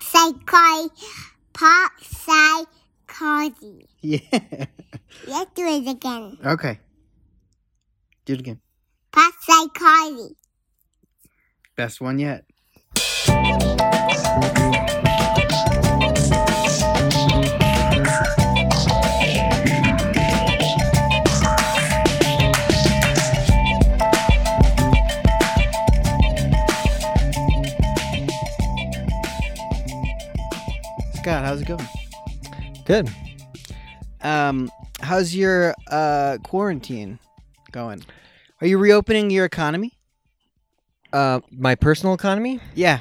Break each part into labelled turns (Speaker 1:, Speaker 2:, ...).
Speaker 1: psychology.
Speaker 2: Yeah.
Speaker 1: Let's do it again.
Speaker 2: Okay. Do it again.
Speaker 1: Pop psychology.
Speaker 2: Best one yet. Scott, how's it going?
Speaker 3: Good.
Speaker 2: Um, how's your uh quarantine going? Are you reopening your economy?
Speaker 3: Uh, my personal economy,
Speaker 2: Yeah.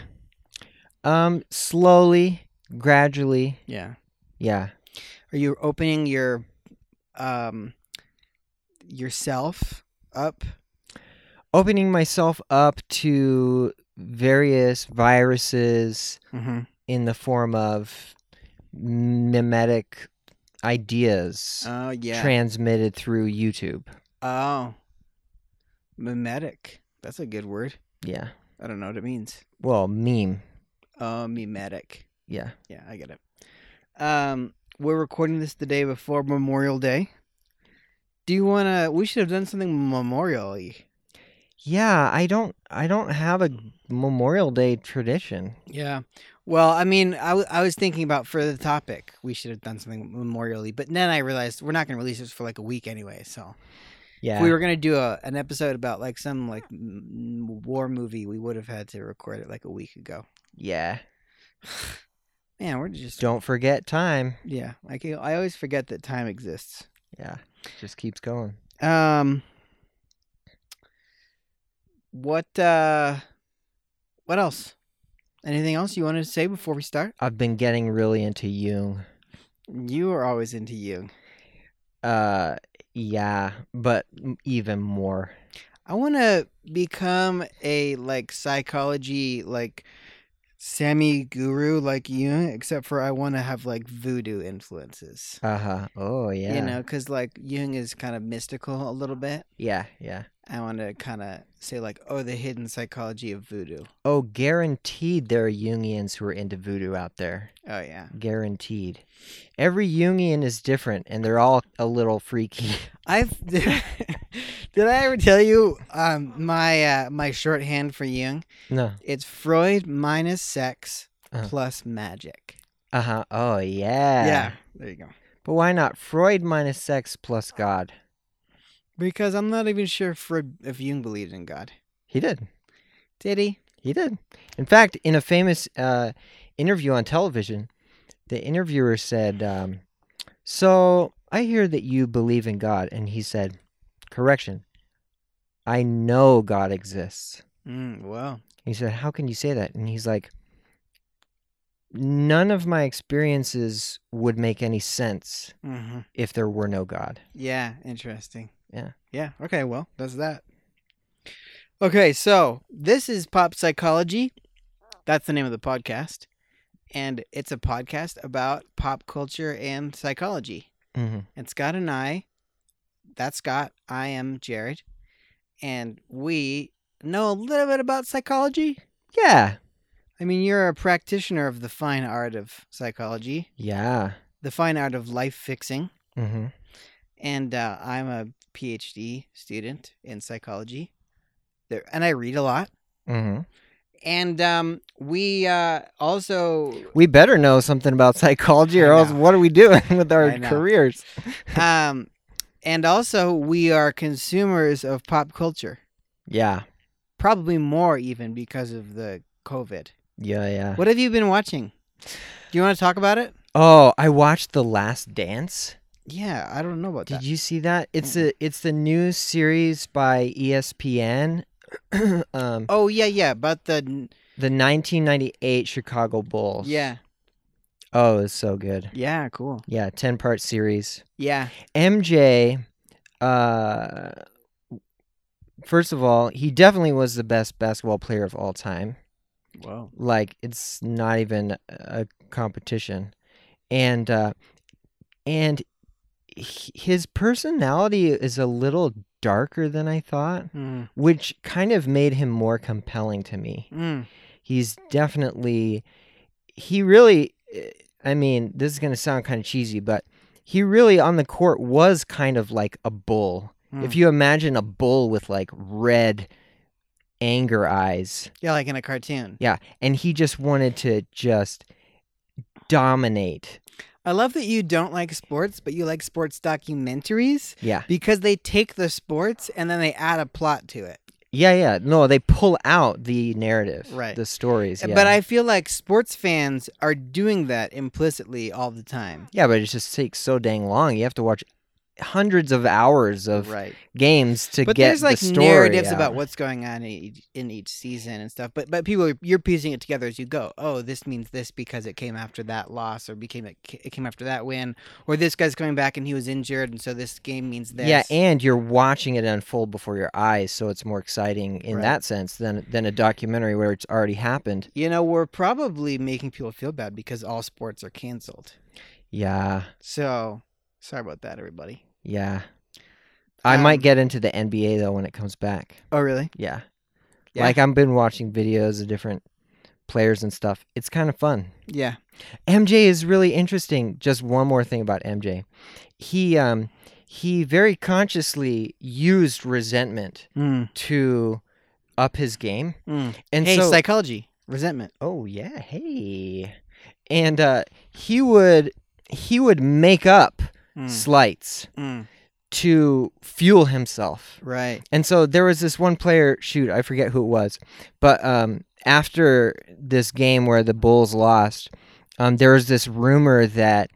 Speaker 3: um, slowly, gradually,
Speaker 2: Yeah.
Speaker 3: yeah.
Speaker 2: Are you opening your um yourself up?
Speaker 3: Opening myself up to various viruses
Speaker 2: Mm-hmm.
Speaker 3: in the form of mimetic ideas
Speaker 2: Oh yeah.
Speaker 3: transmitted through YouTube.
Speaker 2: oh. Mimetic. That's a good word.
Speaker 3: Yeah.
Speaker 2: I don't know what it means.
Speaker 3: Well, meme.
Speaker 2: Oh, mimetic.
Speaker 3: Yeah.
Speaker 2: Yeah, I get it. Um, we're recording this the day before Memorial Day. Do you wanna? We should have done something memorial-y.
Speaker 3: Yeah, I don't I don't have a Memorial Day tradition.
Speaker 2: Yeah. Well, I mean, I, w- I was thinking about for the topic, we should have done something memorially, but then I realized we're not going to release this for like a week anyway. So
Speaker 3: Yeah.
Speaker 2: if we were going to do a, an episode about like some like m- m- war movie, we would have had to record it like a week ago.
Speaker 3: yeah.
Speaker 2: Man, we're just
Speaker 3: Don't forget time.
Speaker 2: yeah. I can, I always forget that time exists.
Speaker 3: Yeah. Just keeps going.
Speaker 2: Um, what uh, what else? Anything else you want to say before we start?
Speaker 3: I've been getting really into Jung.
Speaker 2: You are always into you.
Speaker 3: Uh yeah, but m- even more.
Speaker 2: I want to become a like psychology like semi guru like you, except for I want to have like voodoo influences.
Speaker 3: Uh-huh. Oh yeah.
Speaker 2: You know, because like Jung is kind of mystical a little bit.
Speaker 3: Yeah, yeah.
Speaker 2: I want to kind of say like, oh, the hidden psychology of voodoo.
Speaker 3: Oh, guaranteed there are Jungians who are into voodoo out there.
Speaker 2: Oh yeah,
Speaker 3: Guaranteed. Every Jungian is different and they're all a little freaky.
Speaker 2: I've did I, ever tell you um my uh, my shorthand for Jung?
Speaker 3: no.
Speaker 2: It's Freud minus sex
Speaker 3: Uh-huh.
Speaker 2: plus magic.
Speaker 3: Uh-huh. Oh yeah.
Speaker 2: yeah, there you go.
Speaker 3: But why not Freud minus sex plus God?
Speaker 2: Because I'm not even sure if Freud, if Jung believed in God.
Speaker 3: He did.
Speaker 2: Did he?
Speaker 3: He did. In fact, in a famous uh, interview on television, the interviewer said, um, So I hear that you believe in God. And he said, Correction, I know God exists.
Speaker 2: Mm, well,
Speaker 3: He said, How can you say that? And he's like, None of my experiences would make any sense
Speaker 2: hmm
Speaker 3: if there were no God.
Speaker 2: yeah, interesting.
Speaker 3: Yeah.
Speaker 2: Yeah. Okay. Well, that's that. Okay. So this is Pop Psychology. That's the name of the podcast. And it's a podcast about pop culture and psychology.
Speaker 3: Mm-hmm.
Speaker 2: And Scott and I, that's Scott. I am Jared. And we know a little bit about psychology.
Speaker 3: Yeah.
Speaker 2: I mean, you're a practitioner of the fine art of psychology.
Speaker 3: Yeah.
Speaker 2: the fine art of life fixing
Speaker 3: Mm-hmm.
Speaker 2: and uh, i'm a phd student in psychology there, and i read a lot
Speaker 3: Mm-hmm.
Speaker 2: and um, we uh, also
Speaker 3: We better know something about psychology, or
Speaker 2: I
Speaker 3: else
Speaker 2: know.
Speaker 3: what are we doing with our
Speaker 2: I know.
Speaker 3: careers?
Speaker 2: um, and also we are consumers of pop culture
Speaker 3: Yeah,
Speaker 2: probably more even because of the covid
Speaker 3: yeah, yeah.
Speaker 2: what have you been watching do you want to talk about it
Speaker 3: Oh, I watched The Last Dance.
Speaker 2: yeah i don't know about
Speaker 3: Did
Speaker 2: that
Speaker 3: you see that? It's a it's the new series by E ESPN. um,
Speaker 2: oh yeah yeah about the
Speaker 3: the 1998 Chicago Bulls.
Speaker 2: yeah
Speaker 3: Oh, it's so good.
Speaker 2: yeah cool
Speaker 3: Yeah, ten part series.
Speaker 2: yeah
Speaker 3: MJ. Uh, first of all, he definitely was the best basketball player of all time.
Speaker 2: whoa
Speaker 3: like it's not even a competition and uh and h- his personality is a little darker than i thought
Speaker 2: mm.
Speaker 3: which kind of made him more compelling to me
Speaker 2: Mm.
Speaker 3: he's definitely he really, eh, I mean, this is going to sound kind of cheesy, but he really on the court was kind of like a bull.
Speaker 2: Hmm.
Speaker 3: If you imagine a bull with like red anger eyes,
Speaker 2: Yeah, like in a cartoon.
Speaker 3: and he just wanted to just dominate.
Speaker 2: I love that you don't like sports, but you like sports documentaries
Speaker 3: Yeah.
Speaker 2: because they take the sports and then they add a plot to it.
Speaker 3: Yeah, yeah. No, they pull out the narrative,
Speaker 2: Right.
Speaker 3: the stories. Yeah.
Speaker 2: But I feel like sports fans are doing that implicitly all the time.
Speaker 3: Yeah, but it just takes so dang long. You have to watch hundreds of hours of
Speaker 2: right.
Speaker 3: games to
Speaker 2: But
Speaker 3: get
Speaker 2: there's like
Speaker 3: the story
Speaker 2: narratives
Speaker 3: out.
Speaker 2: about what's going on in each, in each season and stuff. But but people are, you're piecing it together as you go. Oh, this means this because it came after that loss or became it, it came after that win or this guy's coming back and he was injured and so this game means this.
Speaker 3: Yeah, and you're watching it unfold before your eyes, so it's more exciting in
Speaker 2: Right.
Speaker 3: that sense than than a documentary where it's already happened.
Speaker 2: you know, we're probably making people feel bad because all sports are canceled.
Speaker 3: Yeah,
Speaker 2: So, sorry about that, everybody.
Speaker 3: yeah. I might
Speaker 2: Um,
Speaker 3: get into the NBA though when it comes back.
Speaker 2: Oh, really?
Speaker 3: Yeah.
Speaker 2: Yeah.
Speaker 3: Like I've been watching videos of different players and stuff. It's kind of fun.
Speaker 2: Yeah.
Speaker 3: MJ is really interesting. Just one more thing about MJ. He um he very consciously used resentment
Speaker 2: Mm.
Speaker 3: to up his game.
Speaker 2: Mm.
Speaker 3: Hmm, And
Speaker 2: hey,
Speaker 3: so
Speaker 2: psychology, resentment.
Speaker 3: Oh yeah, hey. And uh he would he would make up
Speaker 2: Mm.
Speaker 3: slights
Speaker 2: Mm.
Speaker 3: to fuel himself.
Speaker 2: Right.
Speaker 3: And so there was this one player, shoot, I forget who it was, but um, after this game where the Bulls lost, um, there was this rumor that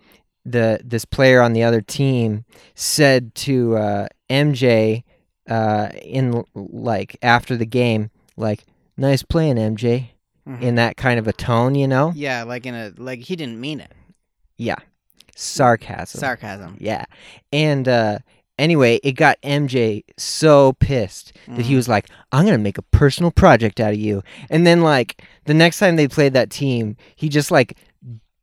Speaker 3: the this player on the other team said to uh, MJ uh, in like after the game, like "Nice playing, MJ,"
Speaker 2: Mhm.
Speaker 3: in that kind of a tone, you know,
Speaker 2: Yeah, like in a like he didn't mean it.
Speaker 3: sarcasm.
Speaker 2: Sarcasm.
Speaker 3: Yeah, and uh, anyway, it got MJ so pissed.
Speaker 2: Mm.
Speaker 3: that
Speaker 2: Mm-hmm.
Speaker 3: he was like, I'm gonna make a personal project out of you. And then like the next time they played that team, he just like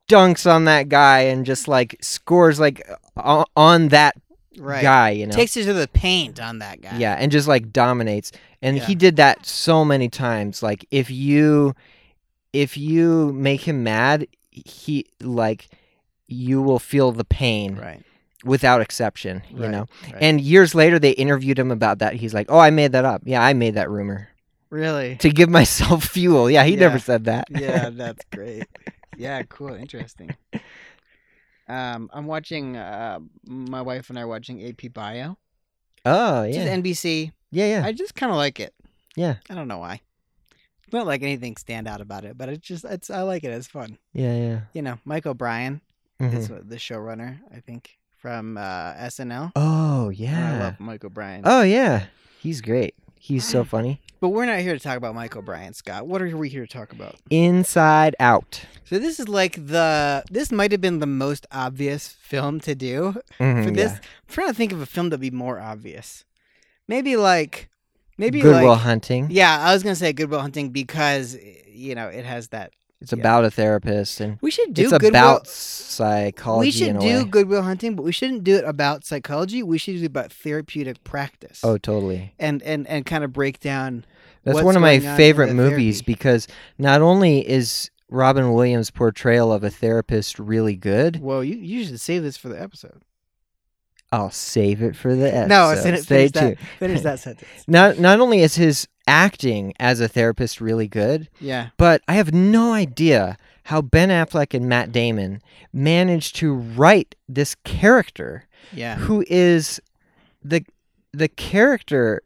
Speaker 3: dunks on that guy and just like scores like o- on that
Speaker 2: right.
Speaker 3: guy, you know.
Speaker 2: Takes it to the paint on that guy.
Speaker 3: yeah, and just like dominates. And
Speaker 2: Yeah.
Speaker 3: he did that so many times. Like if you if you make him mad, he like you will feel the pain
Speaker 2: Right.
Speaker 3: without exception, you
Speaker 2: Right,
Speaker 3: know.
Speaker 2: right.
Speaker 3: And years later they interviewed him about that. He's like, "Oh, I made that up. Yeah, I made that rumor."
Speaker 2: Really.
Speaker 3: to give myself fuel. Yeah, he
Speaker 2: Yeah.
Speaker 3: never said that.
Speaker 2: yeah, that's great. Yeah, cool, interesting. Um, I'm watching. Uh, my wife and I are watching AP Bio,
Speaker 3: oh,
Speaker 2: which
Speaker 3: yeah.
Speaker 2: is NBC.
Speaker 3: yeah, yeah.
Speaker 2: I just kind of like it.
Speaker 3: Yeah.
Speaker 2: I don't know why. It's not like anything stand out about it, but it's just it's I like it. It's fun.
Speaker 3: yeah, yeah.
Speaker 2: You know, Mike O'Brien
Speaker 3: Mhm.
Speaker 2: is what- the showrunner, I think, from uh, SNL.
Speaker 3: Oh,
Speaker 2: And I
Speaker 3: yeah.
Speaker 2: love Mike O'Brien.
Speaker 3: Oh, yeah. He's great. He's so funny.
Speaker 2: But we're not here to talk about Mike O'Brien, Scott. What are we here to talk about?
Speaker 3: Inside Out.
Speaker 2: So this is like the this might have been the most obvious film to do
Speaker 3: Mhm,
Speaker 2: for this.
Speaker 3: yeah.
Speaker 2: I'm trying to think of a film that'd be more obvious. Maybe like maybe
Speaker 3: Goodwill
Speaker 2: like
Speaker 3: Hunting.
Speaker 2: yeah. I was gonna say Goodwill Hunting because you know it has that.
Speaker 3: It's
Speaker 2: yeah.
Speaker 3: about a therapist and
Speaker 2: We should do
Speaker 3: it's
Speaker 2: Goodwill.
Speaker 3: about psychology
Speaker 2: we
Speaker 3: in
Speaker 2: should
Speaker 3: a
Speaker 2: do
Speaker 3: way.
Speaker 2: Goodwill Hunting, but we shouldn't do it about psychology. We should do it about therapeutic practice.
Speaker 3: Oh, totally.
Speaker 2: and and and kind of break down.
Speaker 3: That's
Speaker 2: what's
Speaker 3: one of my
Speaker 2: going on in
Speaker 3: favorite
Speaker 2: the
Speaker 3: movies
Speaker 2: therapy.
Speaker 3: because not only is Robin Williams' portrayal of a therapist really good,
Speaker 2: Well, you you should save this for the episode.
Speaker 3: I'll save it for the episode.
Speaker 2: No, I said it.
Speaker 3: Stay
Speaker 2: Finish
Speaker 3: tuned.
Speaker 2: that, finish that sentence.
Speaker 3: not not only is his acting as a therapist really good,
Speaker 2: Yeah.
Speaker 3: but I have no idea how Ben Affleck and Matt Damon managed to write this character
Speaker 2: Yeah.
Speaker 3: who is the the character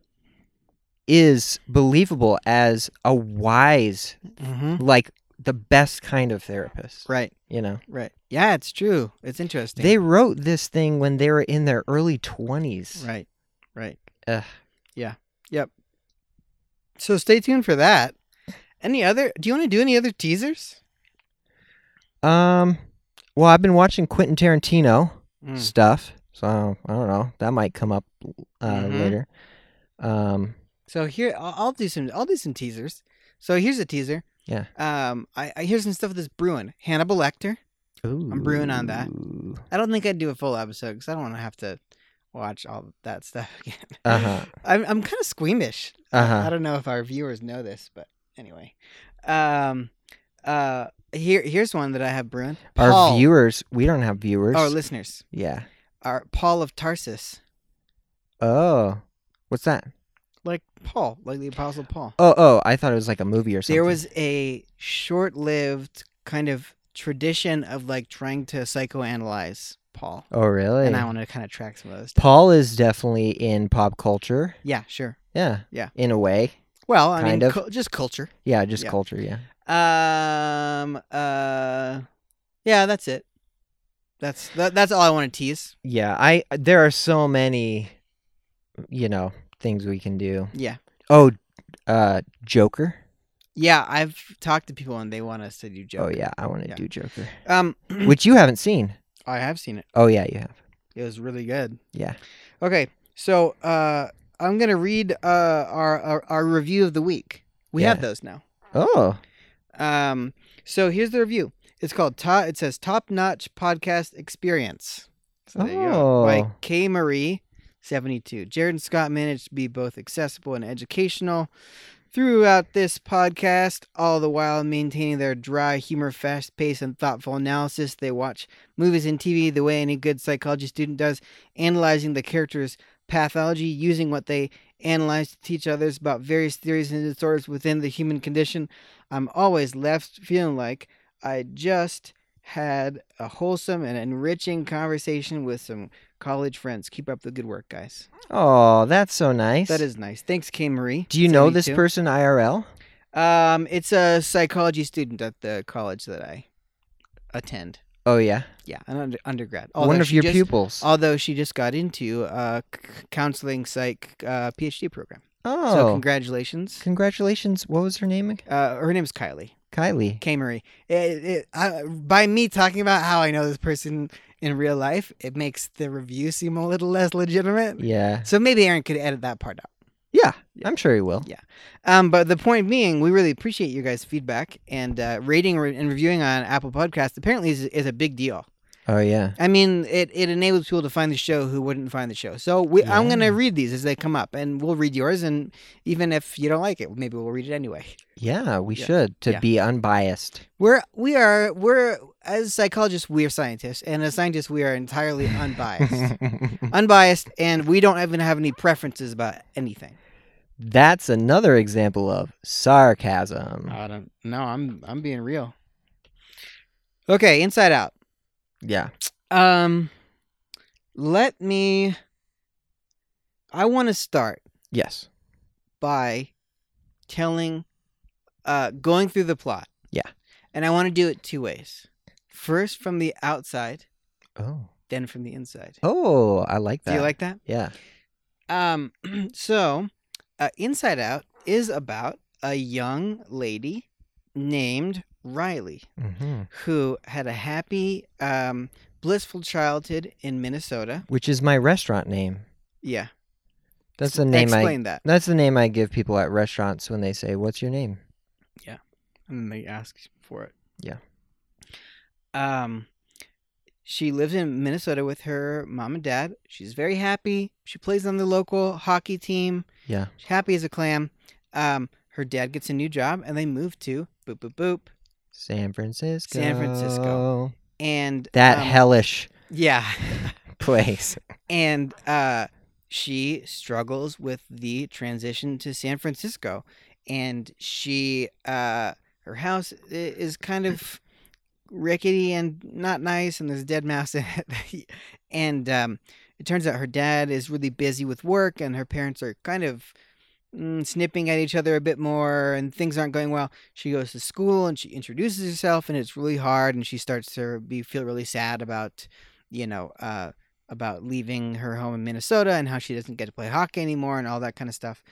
Speaker 3: is believable as a wise
Speaker 2: hmm
Speaker 3: like the best kind of therapist,
Speaker 2: Right.
Speaker 3: you know.
Speaker 2: Right. Yeah, it's true. It's interesting.
Speaker 3: They wrote this thing when they were in their early 20s.
Speaker 2: right. Right.
Speaker 3: Ugh.
Speaker 2: Yeah. Yep. So stay tuned for that. Any other? Do you want to do any other teasers?
Speaker 3: Um well, I've been watching Quentin Tarantino.
Speaker 2: Hmm.
Speaker 3: stuff. So I don't know. That might come up uh,
Speaker 2: Mhm.
Speaker 3: later. Um,
Speaker 2: So here, I'll, I'll do some. I'll do some teasers. So here's a teaser.
Speaker 3: Yeah.
Speaker 2: Um, I, I here's some stuff that's brewing. Hannibal Lecter. I'm brewing on that. I don't think I'd do a full episode because I don't want to have to watch all that stuff again.
Speaker 3: Uh huh.
Speaker 2: I'm I'm kind of squeamish. I-
Speaker 3: Uh-huh.
Speaker 2: I don't know if our viewers know this, but anyway, um, uh, here here's one that I have, Bruin.
Speaker 3: Our
Speaker 2: Paul, Oh,
Speaker 3: viewers, we don't have viewers.
Speaker 2: our listeners,
Speaker 3: yeah.
Speaker 2: our Paul of Tarsus,
Speaker 3: Oh, what's that?
Speaker 2: like Paul, like the Apostle Paul.
Speaker 3: Oh, oh, I thought it was like a movie or something.
Speaker 2: there was a short-lived kind of tradition of like trying to psychoanalyze Paul,
Speaker 3: Oh, really?
Speaker 2: and I want to kind of track some of those.
Speaker 3: Paul is definitely in pop culture.
Speaker 2: Yeah, sure.
Speaker 3: Yeah.
Speaker 2: Yeah.
Speaker 3: In a way.
Speaker 2: Well, I
Speaker 3: Kind
Speaker 2: mean,
Speaker 3: of.
Speaker 2: cul- just culture.
Speaker 3: Yeah, just
Speaker 2: Yeah.
Speaker 3: culture. Yeah.
Speaker 2: Um. Uh. Yeah, that's it. That's that, that's all I want to tease.
Speaker 3: Yeah. I there are so many, you know, things we can do.
Speaker 2: Yeah.
Speaker 3: Oh, uh, Joker.
Speaker 2: Yeah, I've talked to people and they want us to do jokes.
Speaker 3: Oh yeah, I want to
Speaker 2: Yeah.
Speaker 3: do Joker,
Speaker 2: Um,
Speaker 3: which you haven't seen.
Speaker 2: I have seen it.
Speaker 3: Oh yeah, you have.
Speaker 2: It was really good.
Speaker 3: Yeah.
Speaker 2: Okay, so uh, I'm gonna read uh our our, our review of the week. We have
Speaker 3: Yeah.
Speaker 2: those now.
Speaker 3: Oh,
Speaker 2: Um, so here's the review. It's called top. It says top notch podcast experience. So there you go. By
Speaker 3: Oh.
Speaker 2: K Marie, seventy two. Jared and Scott managed to be both accessible and educational throughout this podcast, all the while maintaining their dry humor, fast pace, and thoughtful analysis. They watch movies and TV the way any good psychology student does, analyzing the characters' pathology, using what they analyze to teach others about various theories and disorders within the human condition. I'm always left feeling like I just had a wholesome and enriching conversation with some college friends. Keep up the good work, guys.
Speaker 3: oh, that's so nice.
Speaker 2: That is nice. Thanks, K. Marie.
Speaker 3: Do you know this
Speaker 2: 72.
Speaker 3: person IRL?
Speaker 2: Um, it's a psychology student at the college that I attend.
Speaker 3: Oh yeah,
Speaker 2: Yeah, an under- undergrad.
Speaker 3: one of
Speaker 2: Oh, she
Speaker 3: your
Speaker 2: just, Oh,
Speaker 3: pupils.
Speaker 2: Although she just got into a c- counseling psych uh, PhD program.
Speaker 3: oh,
Speaker 2: So congratulations.
Speaker 3: congratulations! What was her name? again?
Speaker 2: Uh, her name's Kylie.
Speaker 3: Kylie.
Speaker 2: K. Marie. It, it, I, by me talking about how I know this person in real life, it makes the review seem a little less legitimate.
Speaker 3: Yeah,
Speaker 2: So maybe Aaron could edit that part out.
Speaker 3: yeah. I'm sure he will.
Speaker 2: Yeah. Um, but the point being, we really appreciate your guys' feedback and uh, rating re- and reviewing on Apple Podcasts. Apparently, is, is a big deal.
Speaker 3: Oh yeah.
Speaker 2: I mean, it, it enables people to find the show who wouldn't find the show. So we, I'm going to
Speaker 3: Yeah.
Speaker 2: read these as they come up, and we'll read yours. And even if you don't like it, maybe we'll read it anyway.
Speaker 3: Yeah, we
Speaker 2: Yeah.
Speaker 3: should to
Speaker 2: Yeah.
Speaker 3: be unbiased.
Speaker 2: We're we are we're as psychologists we are scientists, and as scientists we are entirely unbiased, unbiased, and we don't even have any preferences about anything.
Speaker 3: That's another example of sarcasm.
Speaker 2: I don't. No, I'm I'm being real. Okay, Inside Out.
Speaker 3: yeah.
Speaker 2: Um, let me. I want to start
Speaker 3: Yes.
Speaker 2: by telling, uh, going through the plot.
Speaker 3: Yeah.
Speaker 2: and I want to do it two ways. First, from the outside,
Speaker 3: Oh.
Speaker 2: then from the inside.
Speaker 3: Oh, I like that.
Speaker 2: Do you like that?
Speaker 3: Yeah.
Speaker 2: Um, so, uh, Inside Out is about a young lady named Riley
Speaker 3: Mm-hmm.
Speaker 2: who had a happy, um, blissful childhood in Minnesota.
Speaker 3: Which is my restaurant name.
Speaker 2: Yeah,
Speaker 3: That's the name I.
Speaker 2: explain that,
Speaker 3: That's the name I give people at restaurants when they say, "What's your name?"
Speaker 2: and they ask for it.
Speaker 3: Yeah.
Speaker 2: Um, she lives in Minnesota with her mom and dad. She's very happy. She plays on the local hockey team.
Speaker 3: Yeah.
Speaker 2: She's happy as a clam. Um, her dad gets a new job, and they move to boop boop boop.
Speaker 3: San Francisco.
Speaker 2: San Francisco. And
Speaker 3: That
Speaker 2: um,
Speaker 3: hellish
Speaker 2: Yeah.
Speaker 3: place.
Speaker 2: and uh, she struggles with the transition to San Francisco, and she uh, her house i- is kind of rickety and not nice, and there's a dead mouse in it, and um, it turns out her dad is really busy with work, and her parents are kind of. mm, Snipping at each other a bit more, and things aren't going well. She goes to school and she introduces herself, and it's really hard. And she starts to be feel really sad about, you know, uh, about leaving her home in Minnesota and how she doesn't get to play hockey anymore and all that kind of stuff.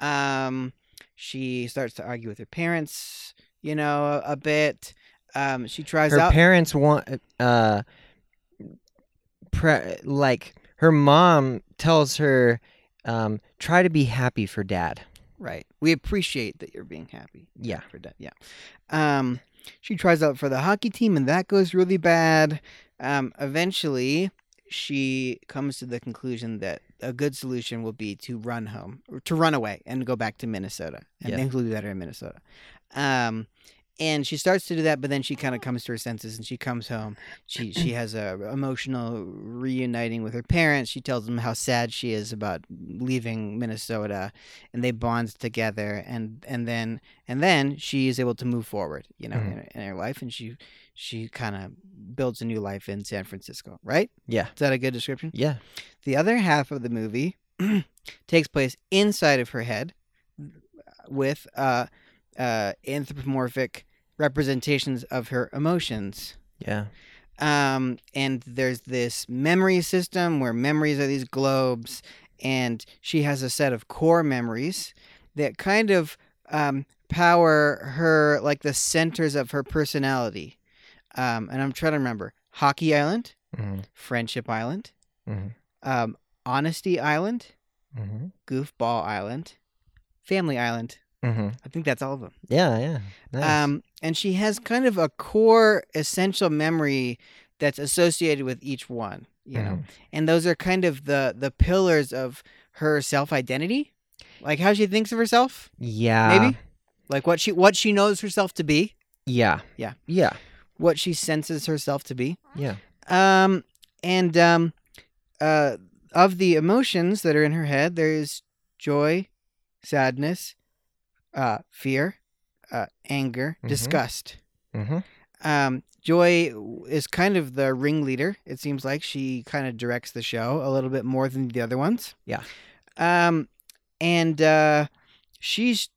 Speaker 2: Um, she starts to argue with her parents, you know, a bit. Um, she tries
Speaker 3: Her
Speaker 2: out.
Speaker 3: parents want, uh, pre- like her mom tells her, um, "Try to be happy for dad."
Speaker 2: right. We appreciate that you're being happy.
Speaker 3: Yeah.
Speaker 2: For that. Yeah. Um, she tries out for the hockey team and that goes really bad. Um, eventually, she comes to the conclusion that a good solution will be to run home, or to run away and go back to Minnesota. And
Speaker 3: Yeah.
Speaker 2: things will be better in Minnesota. Um, and she starts to do that, but then she kind of comes to her senses and she comes home. She she has a emotional reuniting with her parents. She tells them how sad she is about leaving Minnesota, and they bond together. And and then and then she is able to move forward, you know, in, in her life, and she she kind of builds a new life in San Francisco. Right?
Speaker 3: Yeah.
Speaker 2: Is that a good description?
Speaker 3: Yeah.
Speaker 2: The other half of the movie takes place inside of her head with uh, uh, anthropomorphic representations of her emotions.
Speaker 3: Yeah.
Speaker 2: Um, and there's this memory system where memories are these globes, and she has a set of core memories that kind of um, power her, like the centers of her personality. Um, and I'm trying to remember Hockey Island,
Speaker 3: Mhm.
Speaker 2: Friendship Island,
Speaker 3: Mhm.
Speaker 2: um, Honesty Island,
Speaker 3: Mhm.
Speaker 2: Goofball Island, Family Island.
Speaker 3: Mhm.
Speaker 2: I think that's all of them.
Speaker 3: Yeah. Yeah. Nice.
Speaker 2: Um, and she has kind of a core essential memory that's associated with each one, you know.
Speaker 3: Mm-hmm.
Speaker 2: And those are kind of the the pillars of her self identity, like how she thinks of herself,
Speaker 3: Yeah.
Speaker 2: maybe, like what she what she knows herself to be,
Speaker 3: Yeah.
Speaker 2: Yeah.
Speaker 3: Yeah.
Speaker 2: what she senses herself to be.
Speaker 3: Yeah.
Speaker 2: Um, and um, uh, of the emotions that are in her head, there is joy, sadness, uh, fear, uh, anger,
Speaker 3: Mhm.
Speaker 2: disgust.
Speaker 3: Mm-hmm.
Speaker 2: Um, Joy is kind of the ringleader. It seems like she kind of directs the show a little bit more than the other ones.
Speaker 3: Yeah.
Speaker 2: Um, and uh, she's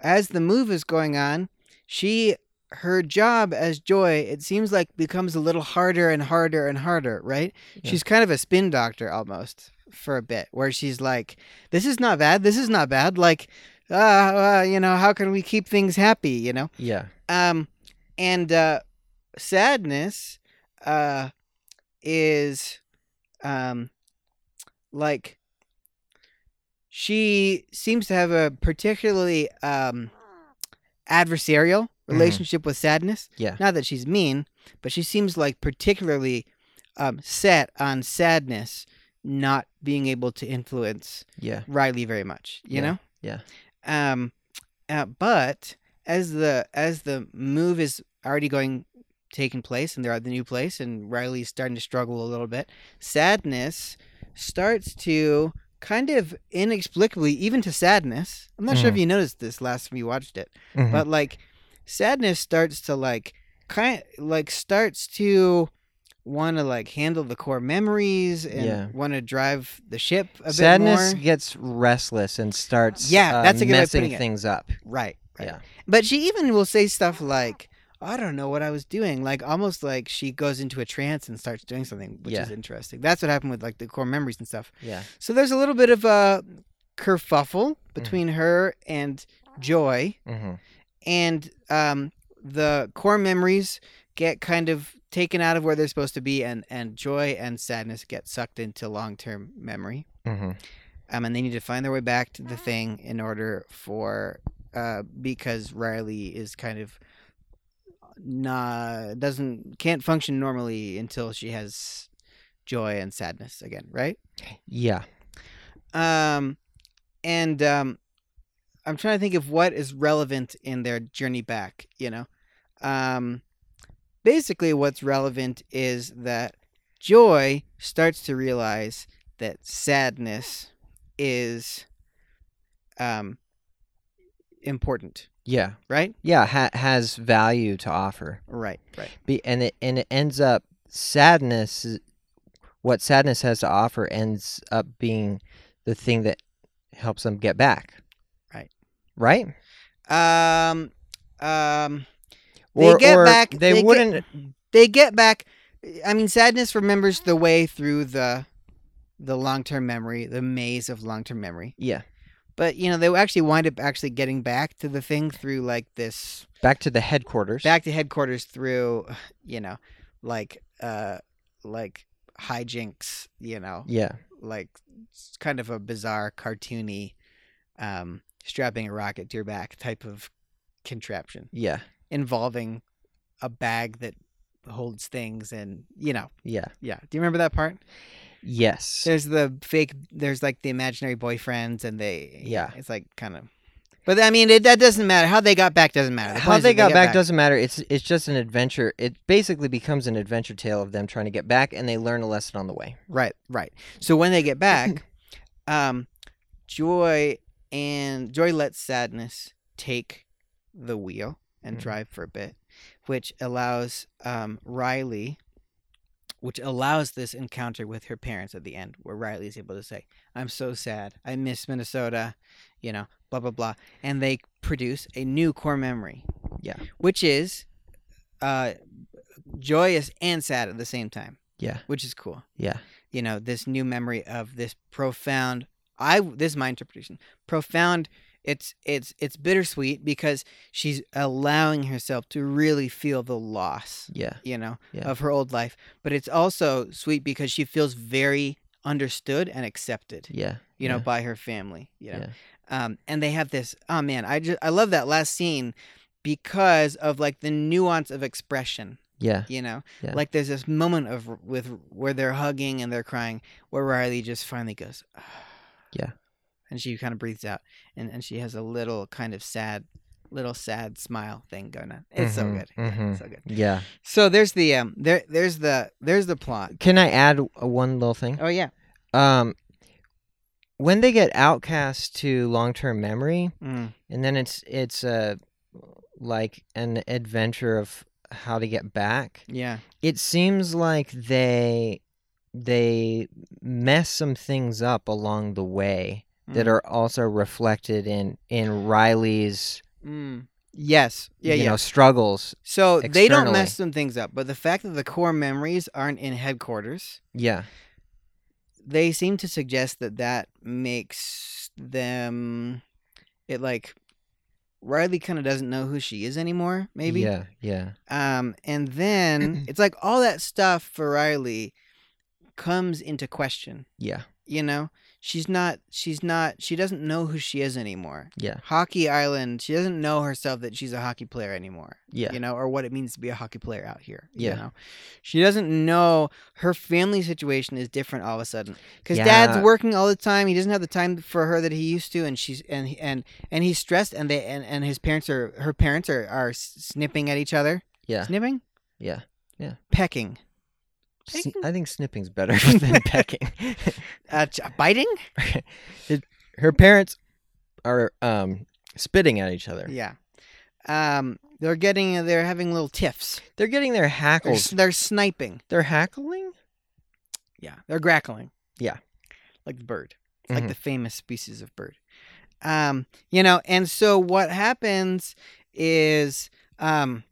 Speaker 2: as the move is going on, she her job as Joy it seems like becomes a little harder and harder and harder. Right?
Speaker 3: Yeah.
Speaker 2: She's kind of a spin doctor almost for a bit, where she's like, "This is not bad. This is not bad." Like, uh, uh, you know, how can we keep things happy? You know
Speaker 3: Yeah.
Speaker 2: um and uh sadness uh is um like she seems to have a particularly um adversarial relationship with sadness
Speaker 3: Yeah.
Speaker 2: not that she's mean but she seems like particularly um set on sadness not being able to influence
Speaker 3: Yeah.
Speaker 2: Riley very much, you
Speaker 3: Yeah,
Speaker 2: know?
Speaker 3: yeah.
Speaker 2: Um uh, but as the as the move is already going taking place and they're at the new place and Riley's starting to struggle a little bit, sadness starts to kind of inexplicably even to sadness. I'm not sure if
Speaker 3: Hmm.
Speaker 2: you noticed this last time you watched it,
Speaker 3: Mhm.
Speaker 2: but like sadness starts to like kind like starts to want to like handle the core memories and
Speaker 3: Yeah.
Speaker 2: want to drive the ship a
Speaker 3: Sadness
Speaker 2: bit more.
Speaker 3: gets restless and starts
Speaker 2: Yeah,
Speaker 3: uh,
Speaker 2: that's a good way of
Speaker 3: messing
Speaker 2: putting it.
Speaker 3: things up.
Speaker 2: Right, right.
Speaker 3: Yeah.
Speaker 2: But she even will say stuff like, I don't know what I was doing. Like almost like she goes into a trance and starts doing something, which
Speaker 3: Yeah.
Speaker 2: is interesting. That's what happened with like the core memories and stuff.
Speaker 3: Yeah.
Speaker 2: So there's a little bit of a kerfuffle between her and Joy,
Speaker 3: Mm-hmm.
Speaker 2: and um, the core memories get kind of taken out of where they're supposed to be, and, and joy and sadness get sucked into long term memory.
Speaker 3: Mm-hmm.
Speaker 2: Um, and they need to find their way back to the thing in order for uh, because Riley is kind of nah doesn't can't function normally until she has joy and sadness again, right?
Speaker 3: Yeah.
Speaker 2: Um, and um, I'm trying to think of what is relevant in their journey back. You know, um, basically, what's relevant is that joy starts to realize that sadness is um, important.
Speaker 3: Yeah.
Speaker 2: Right,
Speaker 3: Yeah. Ha- has value to offer.
Speaker 2: right, right.
Speaker 3: Be- and it and it ends up sadness. is- What sadness has to offer ends up being the thing that helps them get back.
Speaker 2: Right.
Speaker 3: Right.
Speaker 2: Um, um, They get back-
Speaker 3: They,
Speaker 2: they get-
Speaker 3: wouldn't.
Speaker 2: they get back i mean sadness remembers the way through the the long-term memory the maze of long-term memory
Speaker 3: Yeah.
Speaker 2: but you know they actually wind up actually getting back to the thing through like this
Speaker 3: Back to the headquarters.
Speaker 2: back to headquarters through you know like uh like hijinks you know
Speaker 3: Yeah.
Speaker 2: like it's kind of a bizarre cartoony um strapping a rocket to your back type of contraption
Speaker 3: Yeah.
Speaker 2: involving a bag that holds things and you know
Speaker 3: Yeah.
Speaker 2: yeah. Do you remember that part?
Speaker 3: Yes.
Speaker 2: There's the fake there's like the imaginary boyfriends and they
Speaker 3: Yeah.
Speaker 2: It's like kind of But I mean, it, that doesn't matter. How they got back doesn't matter. The
Speaker 3: How
Speaker 2: point is
Speaker 3: they
Speaker 2: that
Speaker 3: got back doesn't matter. It's it's just an adventure. It basically becomes an adventure tale of them trying to get back, and they learn a lesson on the way.
Speaker 2: Right, right. So when they get back, um, Joy and Joy lets Sadness take the wheel and
Speaker 3: Mhm.
Speaker 2: drive for a bit, which allows um, Riley, which allows this encounter with her parents at the end, where Riley is able to say, "I'm so sad. I miss Minnesota," you know, blah blah blah, and they produce a new core memory.
Speaker 3: Yeah.
Speaker 2: which is uh, joyous and sad at the same time,
Speaker 3: Yeah,
Speaker 2: which is cool
Speaker 3: yeah,
Speaker 2: you know this new memory of this profound i this is my interpretation profound it's it's it's bittersweet because she's allowing herself to really feel the loss
Speaker 3: yeah,
Speaker 2: you know
Speaker 3: Yeah.
Speaker 2: of her old life but it's also sweet because she feels very understood and accepted
Speaker 3: yeah.
Speaker 2: you know
Speaker 3: yeah,
Speaker 2: by her family you know
Speaker 3: yeah.
Speaker 2: um, and they have this oh man i just i love that last scene because of like the nuance of expression
Speaker 3: yeah,
Speaker 2: you know
Speaker 3: Yeah.
Speaker 2: like there's this moment of with where they're hugging and they're crying where riley just finally goes "Ah."
Speaker 3: Yeah.
Speaker 2: and she kind of breathes out and, and she has a little kind of sad little sad smile thing going on it's
Speaker 3: Mhm,
Speaker 2: so good Yeah,
Speaker 3: mhm.
Speaker 2: so good
Speaker 3: yeah.
Speaker 2: so there's the um there there's the there's the plot
Speaker 3: Can I add uh, one little thing?
Speaker 2: oh yeah
Speaker 3: Um, when they get outcast to long-term memory,
Speaker 2: Mm,
Speaker 3: and then it's it's uh, like an adventure of how to get back.
Speaker 2: yeah
Speaker 3: it seems like they they mess some things up along the way that
Speaker 2: Mm.
Speaker 3: are also reflected in in Riley's
Speaker 2: mm. yes yeah
Speaker 3: you
Speaker 2: yeah
Speaker 3: know struggles.
Speaker 2: so they don't
Speaker 3: externally.
Speaker 2: mess some things up but the fact that the core memories aren't in headquarters
Speaker 3: Yeah.
Speaker 2: they seem to suggest that that makes them it like Riley kind of doesn't know who she is anymore maybe
Speaker 3: Yeah. Yeah.
Speaker 2: um and then it's like all that stuff for Riley comes into question
Speaker 3: Yeah.
Speaker 2: you know she's not she's not she doesn't know who she is anymore
Speaker 3: Yeah.
Speaker 2: hockey island she doesn't know herself that she's a hockey player anymore
Speaker 3: Yeah.
Speaker 2: you know, or what it means to be a hockey player out here. You
Speaker 3: Yeah.
Speaker 2: know, she doesn't know her family situation is different all of a sudden because
Speaker 3: Yeah.
Speaker 2: dad's working all the time. He doesn't have the time for her that he used to, and she's and and and he's stressed, and they and, and his parents are her parents are are snipping at each other.
Speaker 3: Yeah.
Speaker 2: Snipping,
Speaker 3: Yeah. Yeah.
Speaker 2: pecking,
Speaker 3: Sn-
Speaker 2: Pecking?
Speaker 3: I think snipping's better than pecking.
Speaker 2: uh, ch- biting.
Speaker 3: Her parents are um spitting at each other.
Speaker 2: Yeah, um, they're getting they're having little tiffs.
Speaker 3: They're getting their
Speaker 2: They're, s-
Speaker 3: hackles.
Speaker 2: they're sniping.
Speaker 3: They're hackling?
Speaker 2: Yeah, they're grackling.
Speaker 3: Yeah.
Speaker 2: like the bird.
Speaker 3: Mhm.
Speaker 2: like the famous species of bird. Um, you know, and so what happens is, um,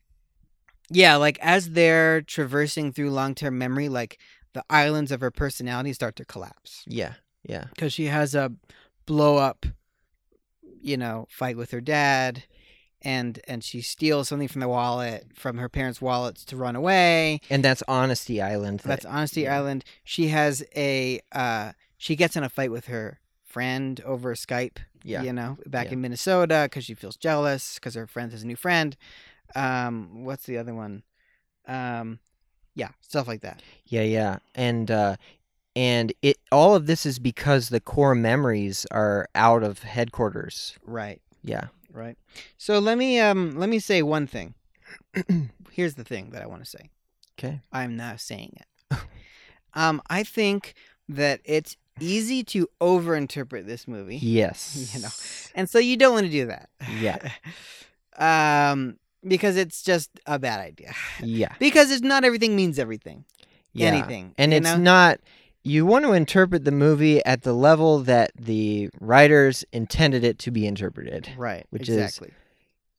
Speaker 2: yeah, like as they're traversing through long term memory, like the islands of her personality start to collapse
Speaker 3: Yeah. Yeah.
Speaker 2: because she has a blow up, you know, fight with her dad. And, and she steals something from the wallet from her parents' wallets to run away.
Speaker 3: And that's Honesty Island.
Speaker 2: That's Honesty
Speaker 3: yeah.
Speaker 2: Island. She has a uh, she gets in a fight with her friend over Skype.
Speaker 3: yeah.
Speaker 2: you know, back
Speaker 3: Yeah.
Speaker 2: in Minnesota because she feels jealous because her friend has a new friend. Um, what's the other one? Um, yeah, stuff like that.
Speaker 3: Yeah, yeah. And uh and it all of this is because the core memories are out of headquarters.
Speaker 2: Right,
Speaker 3: Yeah.
Speaker 2: right. So let me um let me say one thing. Here's the thing that I want to say.
Speaker 3: 'Kay.
Speaker 2: I'm not saying it.
Speaker 3: Oh.
Speaker 2: um, I think that it's easy to overinterpret this movie.
Speaker 3: Yes.
Speaker 2: You know. And so you don't want to do that.
Speaker 3: Yeah.
Speaker 2: um, because it's just a bad idea.
Speaker 3: Yeah.
Speaker 2: Because it's not everything means everything.
Speaker 3: Yeah.
Speaker 2: Anything.
Speaker 3: And
Speaker 2: you
Speaker 3: it's
Speaker 2: know?
Speaker 3: not you want to interpret the movie at the level that the writers intended it to be interpreted.
Speaker 2: right.
Speaker 3: which is-
Speaker 2: exactly.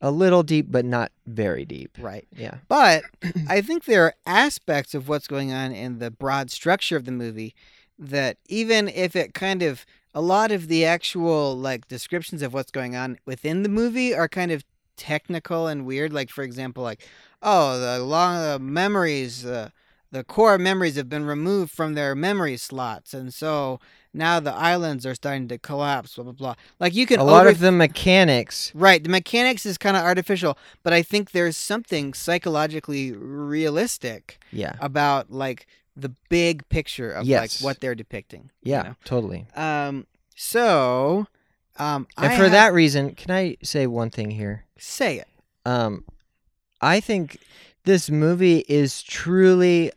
Speaker 3: A little deep but not very deep.
Speaker 2: right.
Speaker 3: Yeah.
Speaker 2: But I think there are aspects of what's going on in the broad structure of the movie that even if it kind of a lot of the actual like descriptions of what's going on within the movie are kind of technical and weird like for example like oh the long the memories uh, the core memories have been removed from their memory slots and so now the islands are starting to collapse blah blah blah like you can
Speaker 3: A lot
Speaker 2: over-
Speaker 3: of the mechanics
Speaker 2: Right. The mechanics is kind of artificial, but I think there's something psychologically realistic
Speaker 3: Yeah.
Speaker 2: about like the big picture of
Speaker 3: Yes.
Speaker 2: like what they're depicting. you
Speaker 3: Yeah,
Speaker 2: know?
Speaker 3: totally.
Speaker 2: Um. So, Um,
Speaker 3: And
Speaker 2: I
Speaker 3: for
Speaker 2: have-
Speaker 3: that reason, can I say one thing here?
Speaker 2: say it.
Speaker 3: Um, I think this movie is truly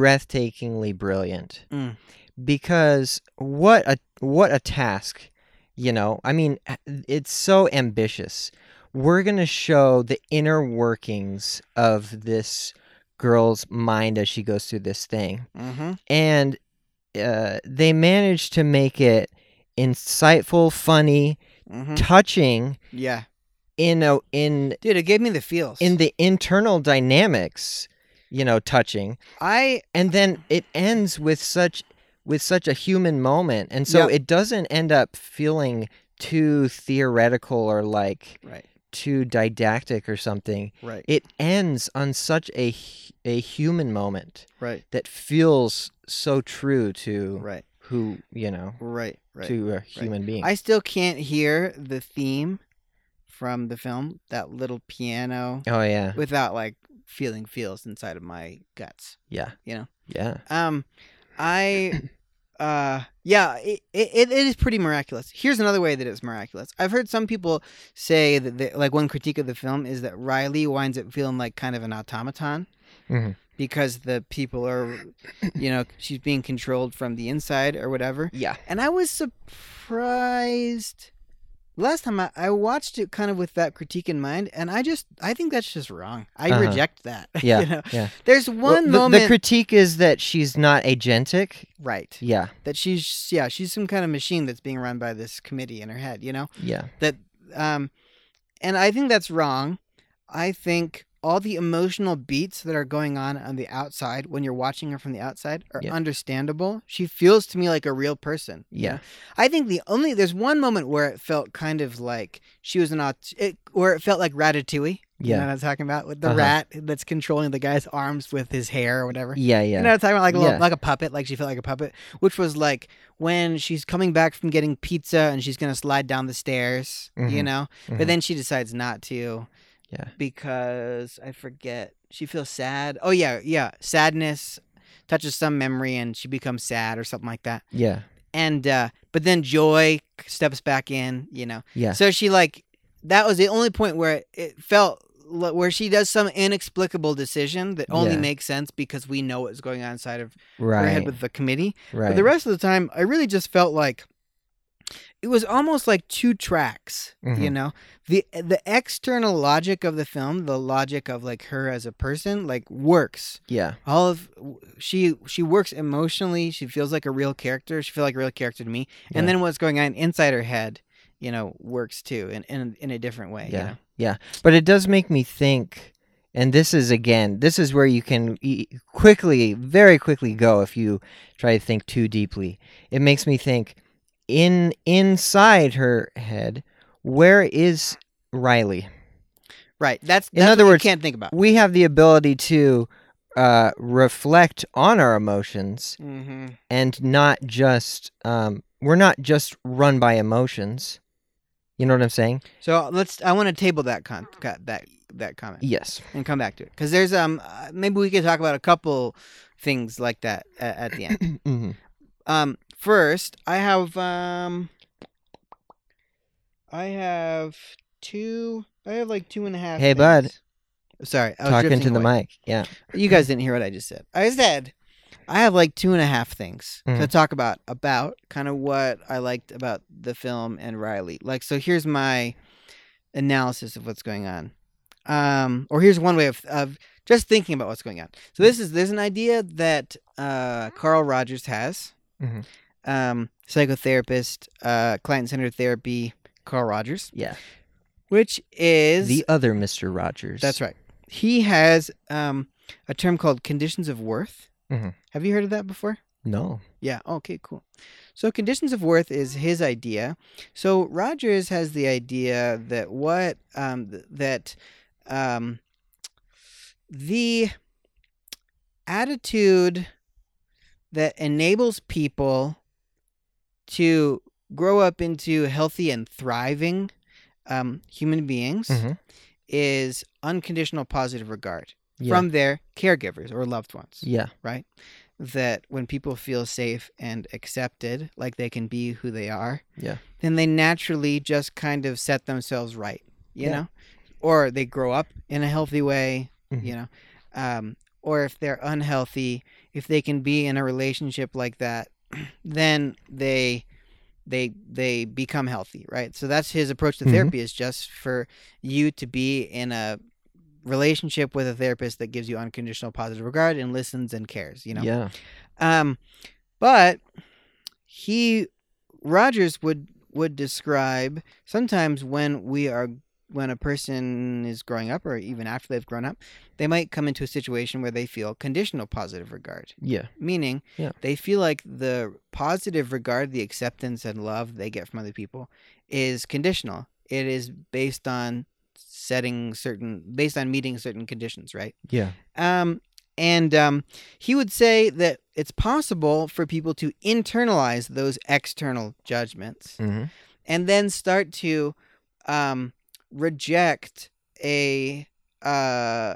Speaker 3: breathtakingly brilliant
Speaker 2: Mm.
Speaker 3: because what a what a task, you know. I mean, it's so ambitious. We're gonna show the inner workings of this girl's mind as she goes through this thing,
Speaker 2: Mm-hmm.
Speaker 3: and uh, they managed to make it insightful, funny,
Speaker 2: Mm-hmm.
Speaker 3: touching
Speaker 2: Yeah,
Speaker 3: in a in
Speaker 2: dude, it gave me the feels.
Speaker 3: in the internal dynamics you know touching
Speaker 2: I
Speaker 3: and then it ends with such with such a human moment and so
Speaker 2: Yep.
Speaker 3: it doesn't end up feeling too theoretical or like
Speaker 2: right,
Speaker 3: too didactic or something
Speaker 2: right,
Speaker 3: it ends on such a hu- a human moment
Speaker 2: right,
Speaker 3: that feels so true to
Speaker 2: right,
Speaker 3: who you know
Speaker 2: right, right.
Speaker 3: to a human being
Speaker 2: I still can't hear the theme from the film. That little piano
Speaker 3: oh yeah
Speaker 2: without like feeling feels inside of my guts.
Speaker 3: yeah
Speaker 2: You know?
Speaker 3: yeah
Speaker 2: Um, I, uh, yeah, it, it, it is pretty miraculous. Here's another way that it's miraculous. I've heard some people say that, they, like, one critique of the film is that Riley winds up feeling like kind of an automaton
Speaker 3: Mhm.
Speaker 2: because the people are, you know, she's being controlled from the inside or whatever.
Speaker 3: yeah
Speaker 2: And I was surprised. Last time I, I watched it kind of with that critique in mind, and I just I think that's just wrong. I
Speaker 3: Uh-huh.
Speaker 2: reject that.
Speaker 3: Yeah,
Speaker 2: you know?
Speaker 3: yeah.
Speaker 2: There's
Speaker 3: Well,
Speaker 2: one
Speaker 3: the-
Speaker 2: moment
Speaker 3: the critique is that she's not agentic
Speaker 2: right.
Speaker 3: yeah
Speaker 2: that she's yeah she's some kind of machine that's being run by this committee in her head you know
Speaker 3: yeah
Speaker 2: that um and i think that's wrong i think all the emotional beats that are going on on the outside when you're watching her from the outside are
Speaker 3: Yeah.
Speaker 2: understandable she feels to me like a real person you
Speaker 3: Yeah.
Speaker 2: know? i think the only there's one moment where it felt kind of like she was an aut- it, where it felt like ratatouille you
Speaker 3: Yeah.
Speaker 2: know what i'm talking about with the
Speaker 3: Uh-huh.
Speaker 2: rat that's controlling the guy's arms with his hair or whatever
Speaker 3: Yeah, yeah.
Speaker 2: you know what I'm talking about? Like a little,
Speaker 3: Yeah.
Speaker 2: like a puppet. Like she felt like a puppet, which was like when she's coming back from getting pizza and she's gonna slide down the stairs, you
Speaker 3: Mhm.
Speaker 2: know. But
Speaker 3: Mhm.
Speaker 2: then she decides not to,
Speaker 3: Yeah.
Speaker 2: because I forget. She feels sad. Oh yeah, yeah. Sadness touches some memory and she becomes sad or something like that.
Speaker 3: yeah,
Speaker 2: And uh but then joy steps back in, you know.
Speaker 3: yeah,
Speaker 2: So she like that was the only point where it, it felt li- where she does some inexplicable decision that only
Speaker 3: Yeah.
Speaker 2: makes sense because we know what's going on inside of her
Speaker 3: right,
Speaker 2: head with the committee.
Speaker 3: right.
Speaker 2: But the rest of the time, I really just felt like it was almost like two tracks. You
Speaker 3: Mhm.
Speaker 2: know, the the external logic of the film, the logic of like her as a person, like works.
Speaker 3: yeah,
Speaker 2: All of she she works emotionally. She feels like a real character. She feels like a real character to me.
Speaker 3: Yeah.
Speaker 2: And then what's going on inside her head, you know, works too, in in, in a different way.
Speaker 3: Yeah.
Speaker 2: You know?
Speaker 3: but it does make me think. And this is again, this is where you can e- quickly, very quickly go if you try to think too deeply. It makes me think in inside her head, where is Riley?
Speaker 2: Right. That's,
Speaker 3: In
Speaker 2: that's
Speaker 3: other
Speaker 2: what you
Speaker 3: words,
Speaker 2: can't think about.
Speaker 3: We have the ability to uh, reflect on our emotions
Speaker 2: Mm-hmm.
Speaker 3: and not just um, we're not just run by emotions. You know what I'm saying?
Speaker 2: So let's. I want to table that con co- that that comment.
Speaker 3: Yes.
Speaker 2: and come back to it because there's um uh, maybe we could talk about a couple things like that at, at the end.
Speaker 3: Mhm.
Speaker 2: Um, first, I have um, I have two. I have like two and a half.
Speaker 3: Hey, bud.
Speaker 2: things. Sorry, I was
Speaker 3: Talking to
Speaker 2: drifting
Speaker 3: the
Speaker 2: away.
Speaker 3: mic. Yeah.
Speaker 2: You guys didn't hear what I just said. I said I have like two and a half things to
Speaker 3: Mhm.
Speaker 2: talk about about kind of what I liked about the film and Riley. Like, so here's my analysis of what's going on, um, or here's one way of of just thinking about what's going on. So this is there's an idea that uh, Carl Rogers has,
Speaker 3: Mhm.
Speaker 2: um, psychotherapist, uh, client centered therapy, Carl Rogers,
Speaker 3: Yeah.
Speaker 2: which is
Speaker 3: the other Mr. Rogers.
Speaker 2: that's right. He has um, a term called conditions of worth.
Speaker 3: Mhm.
Speaker 2: Have you heard of that before?
Speaker 3: No.
Speaker 2: Yeah. Okay, cool. So, conditions of worth is his idea. So, Rogers has the idea that what, um, th- that um, the attitude that enables people to grow up into healthy and thriving um, human beings
Speaker 3: Mhm.
Speaker 2: is unconditional positive regard.
Speaker 3: Yeah.
Speaker 2: from their caregivers or loved ones.
Speaker 3: yeah.
Speaker 2: That when people feel safe and accepted, like they can be who they are,
Speaker 3: Yeah.
Speaker 2: then they naturally just kind of set themselves right, you
Speaker 3: Yeah.
Speaker 2: know, or they grow up in a healthy way,
Speaker 3: Mhm.
Speaker 2: you know, um, or if they're unhealthy, if they can be in a relationship like that, then they they they become healthy, right? So that's his approach to
Speaker 3: Mhm.
Speaker 2: therapy is just for you to be in a relationship with a therapist that gives you unconditional positive regard and listens and cares, you know.
Speaker 3: Yeah.
Speaker 2: Um, but he Rogers would would describe sometimes when we are when a person is growing up or even after they've grown up, they might come into a situation where they feel conditional positive regard,
Speaker 3: Yeah.
Speaker 2: meaning
Speaker 3: Yeah.
Speaker 2: they feel like the positive regard, the acceptance and love they get from other people is conditional. It is based on setting certain based on meeting certain conditions, right?
Speaker 3: Yeah.
Speaker 2: Um, and um, he would say that it's possible for people to internalize those external judgments
Speaker 3: Mm-hmm.
Speaker 2: and then start to um, reject a uh,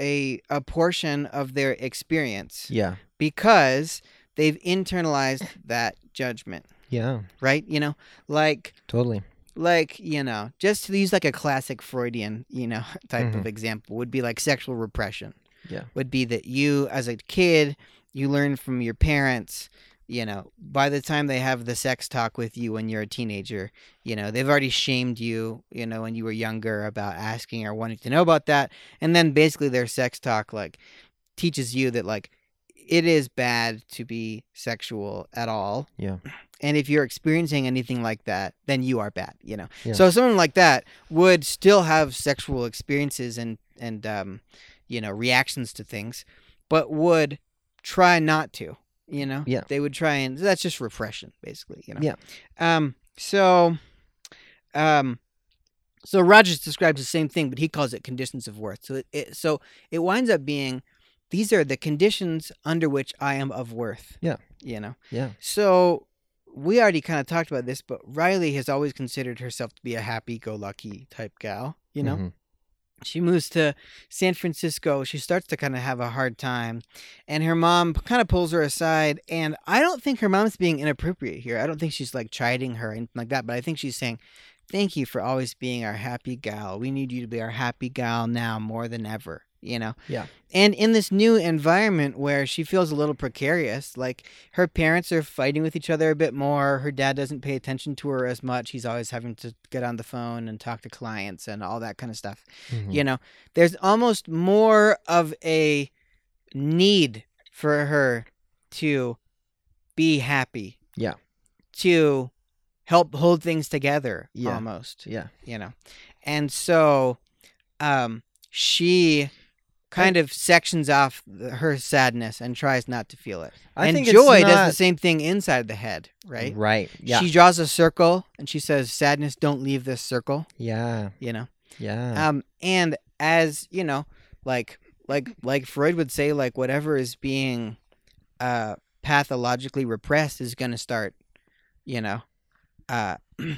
Speaker 2: a a portion of their experience
Speaker 3: Yeah.
Speaker 2: because they've internalized that judgment,
Speaker 3: Yeah.
Speaker 2: right? You know, like
Speaker 3: Totally.
Speaker 2: like you know, just to use like a classic Freudian you know type of example would be like sexual repression
Speaker 3: Yeah.
Speaker 2: would be that you as a kid you learn from your parents you know by the time they have the sex talk with you when you're a teenager you know they've already shamed you you know when you were younger about asking or wanting to know about that and then basically their sex talk like teaches you that like it is bad to be sexual at all
Speaker 3: Yeah.
Speaker 2: and if you're experiencing anything like that then you are bad you know
Speaker 3: Yeah.
Speaker 2: so someone like that would still have sexual experiences and and um you know reactions to things but would try not to you know
Speaker 3: Yeah.
Speaker 2: they would try and that's just repression basically you know
Speaker 3: Yeah.
Speaker 2: um so um so rogers describes the same thing but he calls it conditions of worth so it, it so it winds up being these are the conditions under which i am of worth
Speaker 3: Yeah.
Speaker 2: you know
Speaker 3: Yeah.
Speaker 2: so we already kind of talked about this but riley has always considered herself to be a happy-go-lucky type gal you know
Speaker 3: Mhm.
Speaker 2: she moves to San Francisco. She starts to kind of have a hard time, and her mom kind of pulls her aside. And I don't think her mom's being inappropriate here. I don't think she's like chiding her or anything like that. But I think she's saying, "Thank you for always being our happy gal. We need you to be our happy gal now more than ever." You know.
Speaker 3: Yeah.
Speaker 2: And in this new environment where she feels a little precarious, like her parents are fighting with each other a bit more. Her dad doesn't pay attention to her as much. He's always having to get on the phone and talk to clients and all that kind of stuff
Speaker 3: Mhm.
Speaker 2: you know there's almost more of a need for her to be happy
Speaker 3: Yeah.
Speaker 2: to help hold things together
Speaker 3: Yeah.
Speaker 2: almost
Speaker 3: Yeah.
Speaker 2: you know and so um she kind of sections off the, her sadness and tries not to feel it
Speaker 3: I
Speaker 2: and
Speaker 3: think it's
Speaker 2: joy does the
Speaker 3: not-
Speaker 2: same thing inside the head right
Speaker 3: Right. Yeah.
Speaker 2: she draws a circle and she says sadness don't leave this circle
Speaker 3: yeah.
Speaker 2: you know
Speaker 3: Yeah.
Speaker 2: um and as you know like like like freud would say like whatever is being uh pathologically repressed is going to start you know uh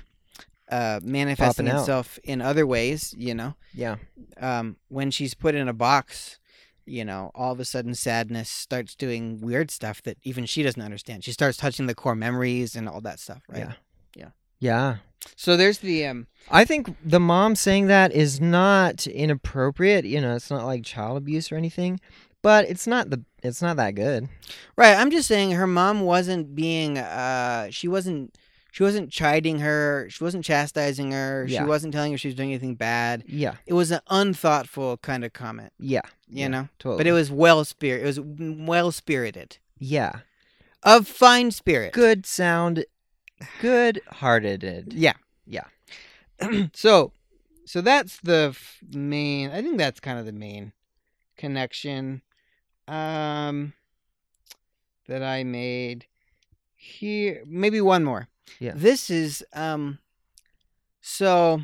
Speaker 2: uh manifesting
Speaker 3: out.
Speaker 2: itself in other ways you know
Speaker 3: yeah.
Speaker 2: um when she's put in a box you know all of a sudden sadness starts doing weird stuff that even she doesn't understand she starts touching the core memories and all that stuff right
Speaker 3: Yeah.
Speaker 2: Yeah.
Speaker 3: Yeah.
Speaker 2: so there's the um
Speaker 3: I think the mom saying that is not inappropriate. You know, it's not like child abuse or anything, but it's not the it's not that good.
Speaker 2: Right. I'm just saying her mom wasn't being uh she wasn't she wasn't chiding her, she wasn't chastising her,
Speaker 3: Yeah.
Speaker 2: she wasn't telling her she was doing anything bad.
Speaker 3: Yeah.
Speaker 2: It was an unthoughtful kind of comment,
Speaker 3: Yeah.
Speaker 2: you
Speaker 3: Yeah, Oh.
Speaker 2: know?
Speaker 3: Totally.
Speaker 2: But it was well spirit it was well spirited.
Speaker 3: yeah.
Speaker 2: Of fine spirit.
Speaker 3: Good sound. Good hearted.
Speaker 2: Yeah.
Speaker 3: Yeah.
Speaker 2: so so that's the f- main I think that's kind of the main connection um that I made here maybe one more.
Speaker 3: Yeah.
Speaker 2: This is um so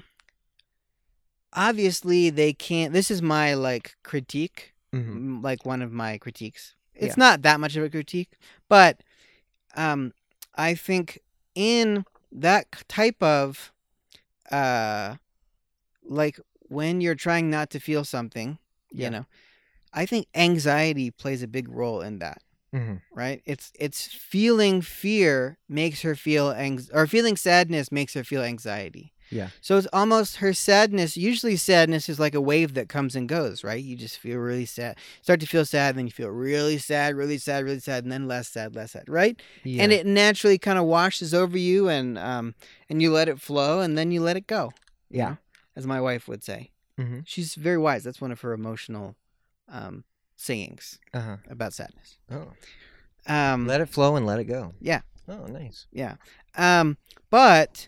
Speaker 2: obviously they can't this is my like critique
Speaker 3: hmm
Speaker 2: m- like one of my critiques. It's
Speaker 3: Yeah.
Speaker 2: not that much of a critique, but um, I think in that k- type of uh, like when you're trying not to feel something,
Speaker 3: Yeah.
Speaker 2: you know, I think anxiety plays a big role in that.
Speaker 3: Mhm.
Speaker 2: Right? It's it's feeling fear makes her feel ang or feeling sadness makes her feel anxiety.
Speaker 3: Yeah.
Speaker 2: So it's almost her sadness. Usually, sadness is like a wave that comes and goes. Right? You just feel really sad, start to feel sad, then you feel really sad, really sad, really sad, and then less sad, less sad. Right?
Speaker 3: Yeah.
Speaker 2: and it naturally kind of washes over you and um and you let it flow and then you let it go you
Speaker 3: Yeah.
Speaker 2: know, as my wife would say
Speaker 3: Mhm.
Speaker 2: she's very wise that's one of her emotional um sayings
Speaker 3: uh-huh.
Speaker 2: about sadness
Speaker 3: oh.
Speaker 2: um
Speaker 3: let it flow and let it go.
Speaker 2: Yeah.
Speaker 3: Oh, nice.
Speaker 2: um but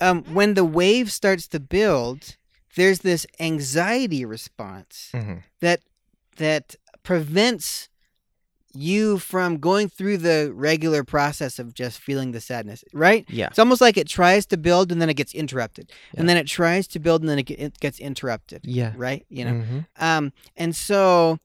Speaker 2: um when the wave starts to build there's this anxiety response
Speaker 3: Mm-hmm.
Speaker 2: that that prevents you from going through the regular process of just feeling the sadness right
Speaker 3: Yeah.
Speaker 2: It's almost like it tries to build and then it gets interrupted,
Speaker 3: Yeah.
Speaker 2: and then it tries to build and then it, ge- it gets interrupted,
Speaker 3: Yeah.
Speaker 2: right? You know.
Speaker 3: Mhm.
Speaker 2: Um, and so,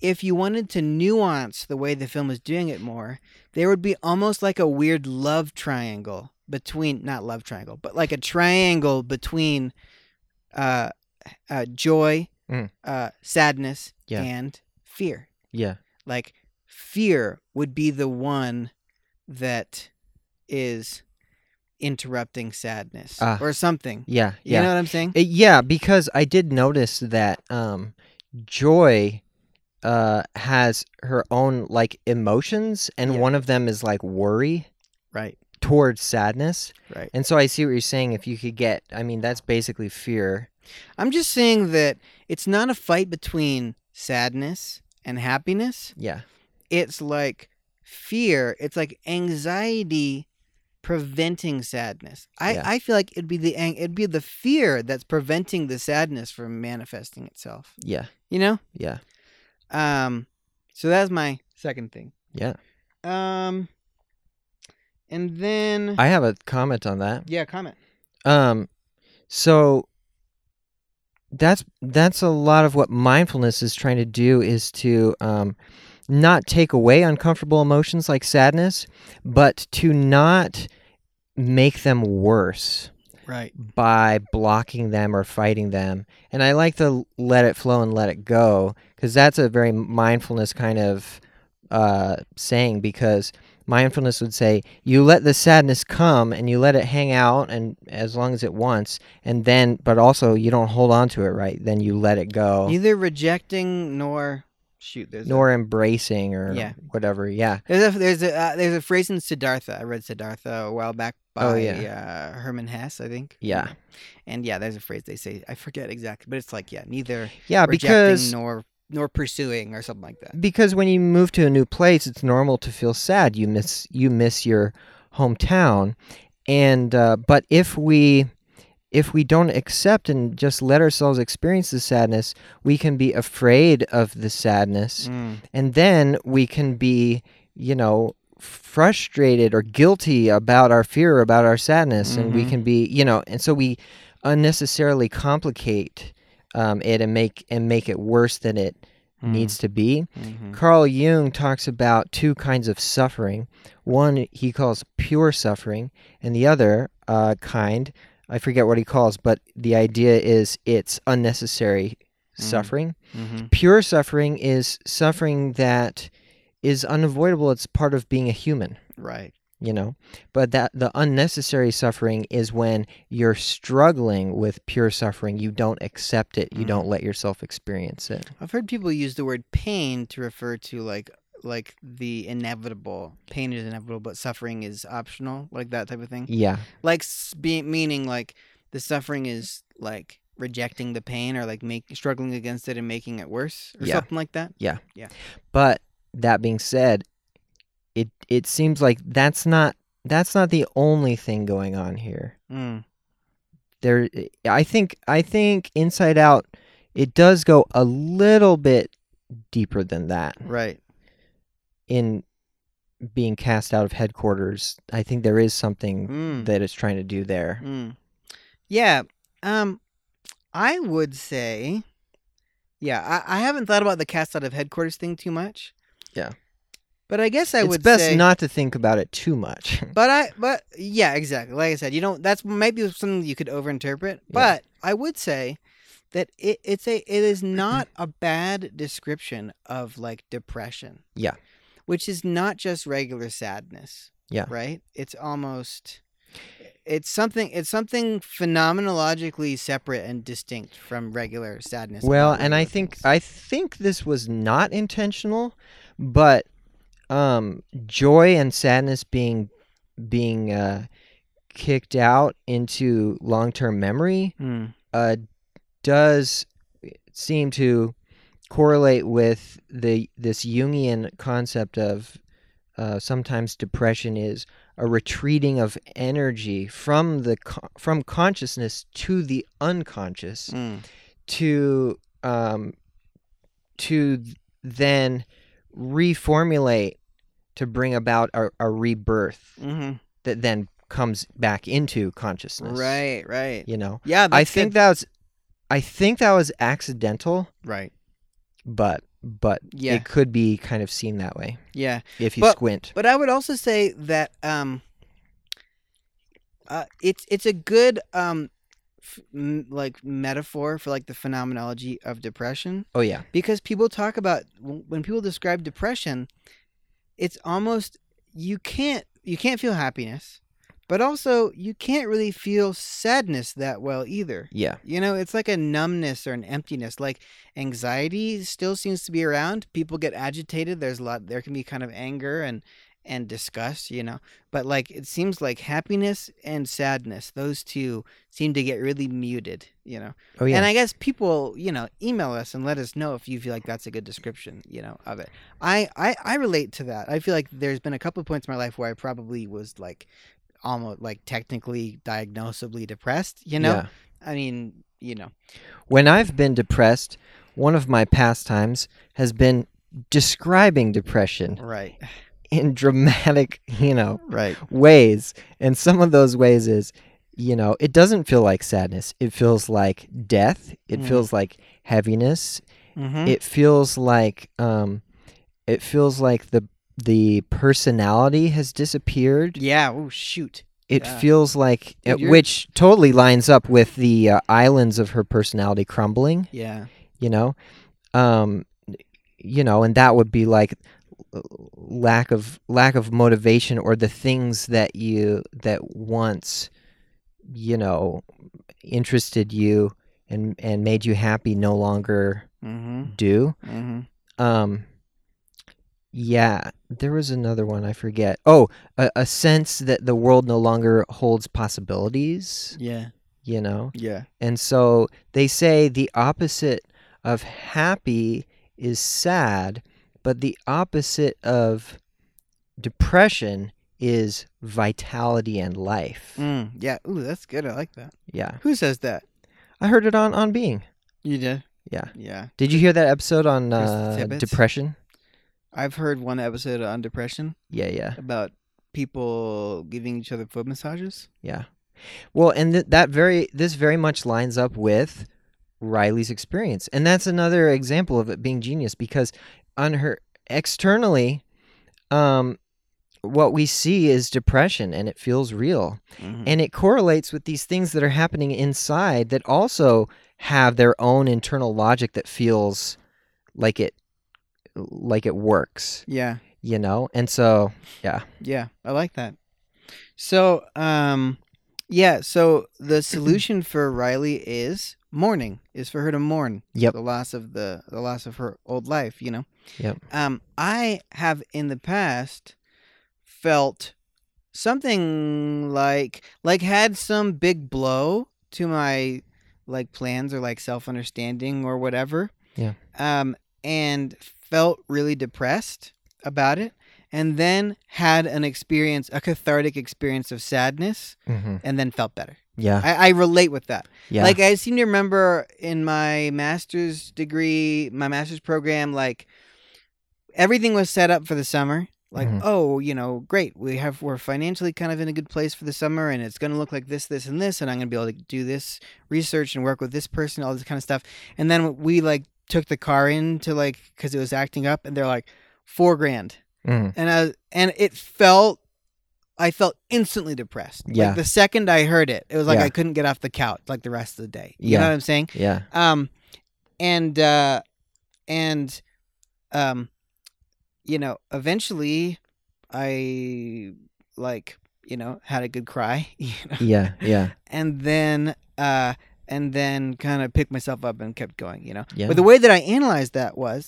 Speaker 2: if you wanted to nuance the way the film is doing it more, there would be almost like a weird love triangle between not love triangle, but like a triangle between uh, uh, joy,
Speaker 3: Mm.
Speaker 2: uh, sadness,
Speaker 3: Yeah.
Speaker 2: and fear
Speaker 3: Yeah.
Speaker 2: like fear would be the one that is interrupting sadness
Speaker 3: Ah.
Speaker 2: or something
Speaker 3: Yeah.
Speaker 2: you
Speaker 3: Yeah.
Speaker 2: know what i'm saying
Speaker 3: Uh, yeah, because I did notice that um, Joy uh, has her own like emotions, and
Speaker 2: Yeah.
Speaker 3: one of them is like worry
Speaker 2: right
Speaker 3: towards sadness.
Speaker 2: right
Speaker 3: And so I see what you're saying. If you could get, I mean, that's basically fear.
Speaker 2: i'm just saying that it's not a fight between sadness and happiness
Speaker 3: Yeah.
Speaker 2: it's like fear it's like anxiety preventing sadness i
Speaker 3: Yeah.
Speaker 2: i feel like it'd be the ang- it'd be the fear that's preventing the sadness from manifesting itself
Speaker 3: Yeah.
Speaker 2: you know
Speaker 3: Yeah.
Speaker 2: um so that's my second thing
Speaker 3: Yeah.
Speaker 2: Um, and then
Speaker 3: I have a comment on that.
Speaker 2: yeah, comment.
Speaker 3: Um, so that's that's a lot of what mindfulness is trying to do is to um, not take away uncomfortable emotions like sadness, but to not make them worse
Speaker 2: Right.
Speaker 3: by blocking them or fighting them. And I like to let it flow and let it go because that's a very mindfulness kind of uh, saying. Because mindfulness would say you let the sadness come and you let it hang out and as long as it wants, and then but also you don't hold on to it, right? Then you let it go,
Speaker 2: Neither rejecting nor shoot. There's
Speaker 3: nor embracing or
Speaker 2: Yeah.
Speaker 3: whatever. Yeah,
Speaker 2: a, there's a there's a uh, there's a phrase in Siddhartha. I read Siddhartha a while back by
Speaker 3: Oh,
Speaker 2: uh, Herman Hess, I think.
Speaker 3: Yeah.
Speaker 2: And yeah, there's a phrase they say. I forget exactly, but it's like yeah, neither
Speaker 3: yeah,
Speaker 2: rejecting
Speaker 3: Uh, because.
Speaker 2: nor nor pursuing or something like that.
Speaker 3: because when you move to a new place, it's normal to feel sad. You miss you miss your hometown, and uh, but if we if we don't accept and just let ourselves experience the sadness, we can be afraid of the sadness,
Speaker 2: Mm,
Speaker 3: and then we can be you know frustrated or guilty about our fear about our sadness, and we
Speaker 2: Mhm.
Speaker 3: can be you know, and so we unnecessarily complicate um, it and make and make it worse than it
Speaker 2: Mm.
Speaker 3: needs to be.
Speaker 2: mhm.
Speaker 3: Mm-hmm. Carl Jung talks about two kinds of suffering. One he calls pure suffering, and the other uh, kind, I forget what he calls, but the idea is it's unnecessary
Speaker 2: Mm.
Speaker 3: suffering.
Speaker 2: Mhm.
Speaker 3: Pure suffering is suffering that is unavoidable. It's part of being a human,
Speaker 2: Right.
Speaker 3: you know. But that the unnecessary suffering is when you're struggling with pure suffering. You don't accept it. You
Speaker 2: Mm.
Speaker 3: don't let yourself experience it.
Speaker 2: I've heard people use the word pain to refer to like like the inevitable. Pain is inevitable, but suffering is optional, like that type of thing.
Speaker 3: Yeah.
Speaker 2: Like s- be, meaning like the suffering is like rejecting the pain or like make struggling against it and making it worse or
Speaker 3: Yeah.
Speaker 2: something like that.
Speaker 3: But that being said, it it seems like that's not that's not the only thing going on here.
Speaker 2: Mm.
Speaker 3: There, I think I think Inside Out it does go a little bit deeper than that
Speaker 2: Right.
Speaker 3: in being cast out of headquarters. I think there is something
Speaker 2: Mm.
Speaker 3: that it's trying to do there.
Speaker 2: Mm. Yeah. Um, I would say, yeah, I, I haven't thought about the cast out of headquarters thing too much.
Speaker 3: Yeah.
Speaker 2: But I guess I
Speaker 3: it's
Speaker 2: would
Speaker 3: best
Speaker 2: say,
Speaker 3: not to think about it too much.
Speaker 2: But I, but yeah, exactly. Like I said, you don't. That's maybe something you could overinterpret.
Speaker 3: Yeah.
Speaker 2: But I would say that it, it's a it is not a bad description of like depression.
Speaker 3: Yeah.
Speaker 2: Which is not just regular sadness.
Speaker 3: Yeah.
Speaker 2: Right? It's almost it's something it's something phenomenologically separate and distinct from regular sadness.
Speaker 3: Well,
Speaker 2: about
Speaker 3: and I
Speaker 2: regular
Speaker 3: think
Speaker 2: things.
Speaker 3: I think this was not intentional, but um, joy and sadness being being uh, kicked out into long term memory
Speaker 2: Hmm.
Speaker 3: uh, does seem to correlate with the this Jungian concept of uh, sometimes depression is a retreating of energy from the con- from consciousness to the unconscious
Speaker 2: Hmm.
Speaker 3: to um to th- then reformulate to bring about a, a rebirth
Speaker 2: Mhm.
Speaker 3: that then comes back into consciousness
Speaker 2: Right, right.
Speaker 3: you know
Speaker 2: Yeah,
Speaker 3: i
Speaker 2: that's
Speaker 3: think
Speaker 2: good.
Speaker 3: that was i think that was accidental
Speaker 2: right.
Speaker 3: but but
Speaker 2: Yeah.
Speaker 3: it could be kind of seen that way
Speaker 2: Yeah.
Speaker 3: if you
Speaker 2: But-
Speaker 3: squint
Speaker 2: But I would also say that um, uh, it's it's a good um, f- m- like metaphor for like the phenomenology of depression
Speaker 3: oh yeah
Speaker 2: because people talk about w- when people describe depression, it's almost you can't you can't feel happiness, but also you can't really feel sadness that well either.
Speaker 3: yeah
Speaker 2: You know, it's like a numbness or an emptiness. Like anxiety still seems to be around. People get agitated. There's a lot. There can be kind of anger and and disgust. You know, but like it seems like happiness and sadness, those two seem to get really muted. You know,
Speaker 3: oh yeah
Speaker 2: and I guess people, you know, email us and let us know if you feel like that's a good description. You know, of it. I I I relate to that. I feel like there's been a couple of points in my life where I probably was like almost like technically diagnosably depressed. You know.
Speaker 3: Yeah.
Speaker 2: I mean, you know.
Speaker 3: When I've been depressed, one of my pastimes has been describing depression
Speaker 2: Right.
Speaker 3: in dramatic, you know,
Speaker 2: Right.
Speaker 3: ways. And some of those ways is, you know, it doesn't feel like sadness. It feels like death. It
Speaker 2: Mm.
Speaker 3: feels like heaviness.
Speaker 2: Mm-hmm.
Speaker 3: It feels like um it feels like the the personality has disappeared.
Speaker 2: yeah. Oh, shoot.
Speaker 3: It
Speaker 2: Yeah.
Speaker 3: feels like
Speaker 2: Dude,
Speaker 3: uh,
Speaker 2: you're-
Speaker 3: which totally lines up with the uh, islands of her personality crumbling
Speaker 2: Yeah.
Speaker 3: you know um you know and that would be like l- lack of lack of motivation or the things that you that once you know interested you and and made you happy no longer
Speaker 2: Mm-hmm.
Speaker 3: do
Speaker 2: Mm-hmm.
Speaker 3: um yeah there was another one i forget oh a, a sense that the world no longer holds possibilities
Speaker 2: Yeah.
Speaker 3: you know
Speaker 2: Yeah.
Speaker 3: and so they say the opposite of happy is sad, but the opposite of depression is vitality and life.
Speaker 2: Mm, yeah. Ooh, that's good. I like that.
Speaker 3: Yeah.
Speaker 2: Who says that?
Speaker 3: I heard it on on being.
Speaker 2: You did.
Speaker 3: Yeah.
Speaker 2: Yeah.
Speaker 3: Did you hear that episode on
Speaker 2: Kristen
Speaker 3: uh,
Speaker 2: Tippett?
Speaker 3: depression?
Speaker 2: I've heard one episode on depression
Speaker 3: Yeah, yeah.
Speaker 2: about people giving each other foot massages.
Speaker 3: Yeah. Well, and th- that very this very much lines up with Riley's experience. And that's another example of it being genius because on her externally um what we see is depression and it feels real
Speaker 2: Mm-hmm.
Speaker 3: and it correlates with these things that are happening inside that also have their own internal logic that feels like it like it works,
Speaker 2: Yeah.
Speaker 3: you know? And so
Speaker 2: Yeah. I like that. So, um, yeah. So the solution for Riley is mourning. Is for her to mourn.
Speaker 3: Yep.
Speaker 2: The loss of the the loss of her old life. You know.
Speaker 3: Yep.
Speaker 2: Um, I have in the past felt something like like had some big blow to my like plans or like self understanding or whatever.
Speaker 3: Yeah.
Speaker 2: Um, and felt really depressed about it. And then had an experience, a cathartic experience of sadness,
Speaker 3: mhm.
Speaker 2: and then felt better.
Speaker 3: yeah.
Speaker 2: I, I relate with that.
Speaker 3: Yeah.
Speaker 2: Like I seem to remember in my master's degree, my master's program, like everything was set up for the summer. Like,
Speaker 3: Mhm.
Speaker 2: oh, you know, great. We have we're financially kind of in a good place for the summer and it's gonna look like this, this, and this, and I'm gonna be able to do this research and work with this person, all this kind of stuff. And then we like took the car in to like because it was acting up and they're like, four grand
Speaker 3: Mhm.
Speaker 2: and I was, and it felt I felt instantly depressed.
Speaker 3: Yeah.
Speaker 2: Like the second I heard it, it was like
Speaker 3: Yeah.
Speaker 2: I couldn't get off the couch like the rest of the day. You
Speaker 3: Yeah.
Speaker 2: know what I'm saying?
Speaker 3: Yeah.
Speaker 2: Um, and uh, and um, you know, eventually, I like you know had a good cry. You know?
Speaker 3: Yeah. Yeah.
Speaker 2: and then uh and then kind of picked myself up and kept going you know
Speaker 3: Yeah.
Speaker 2: but the way that i analyzed that was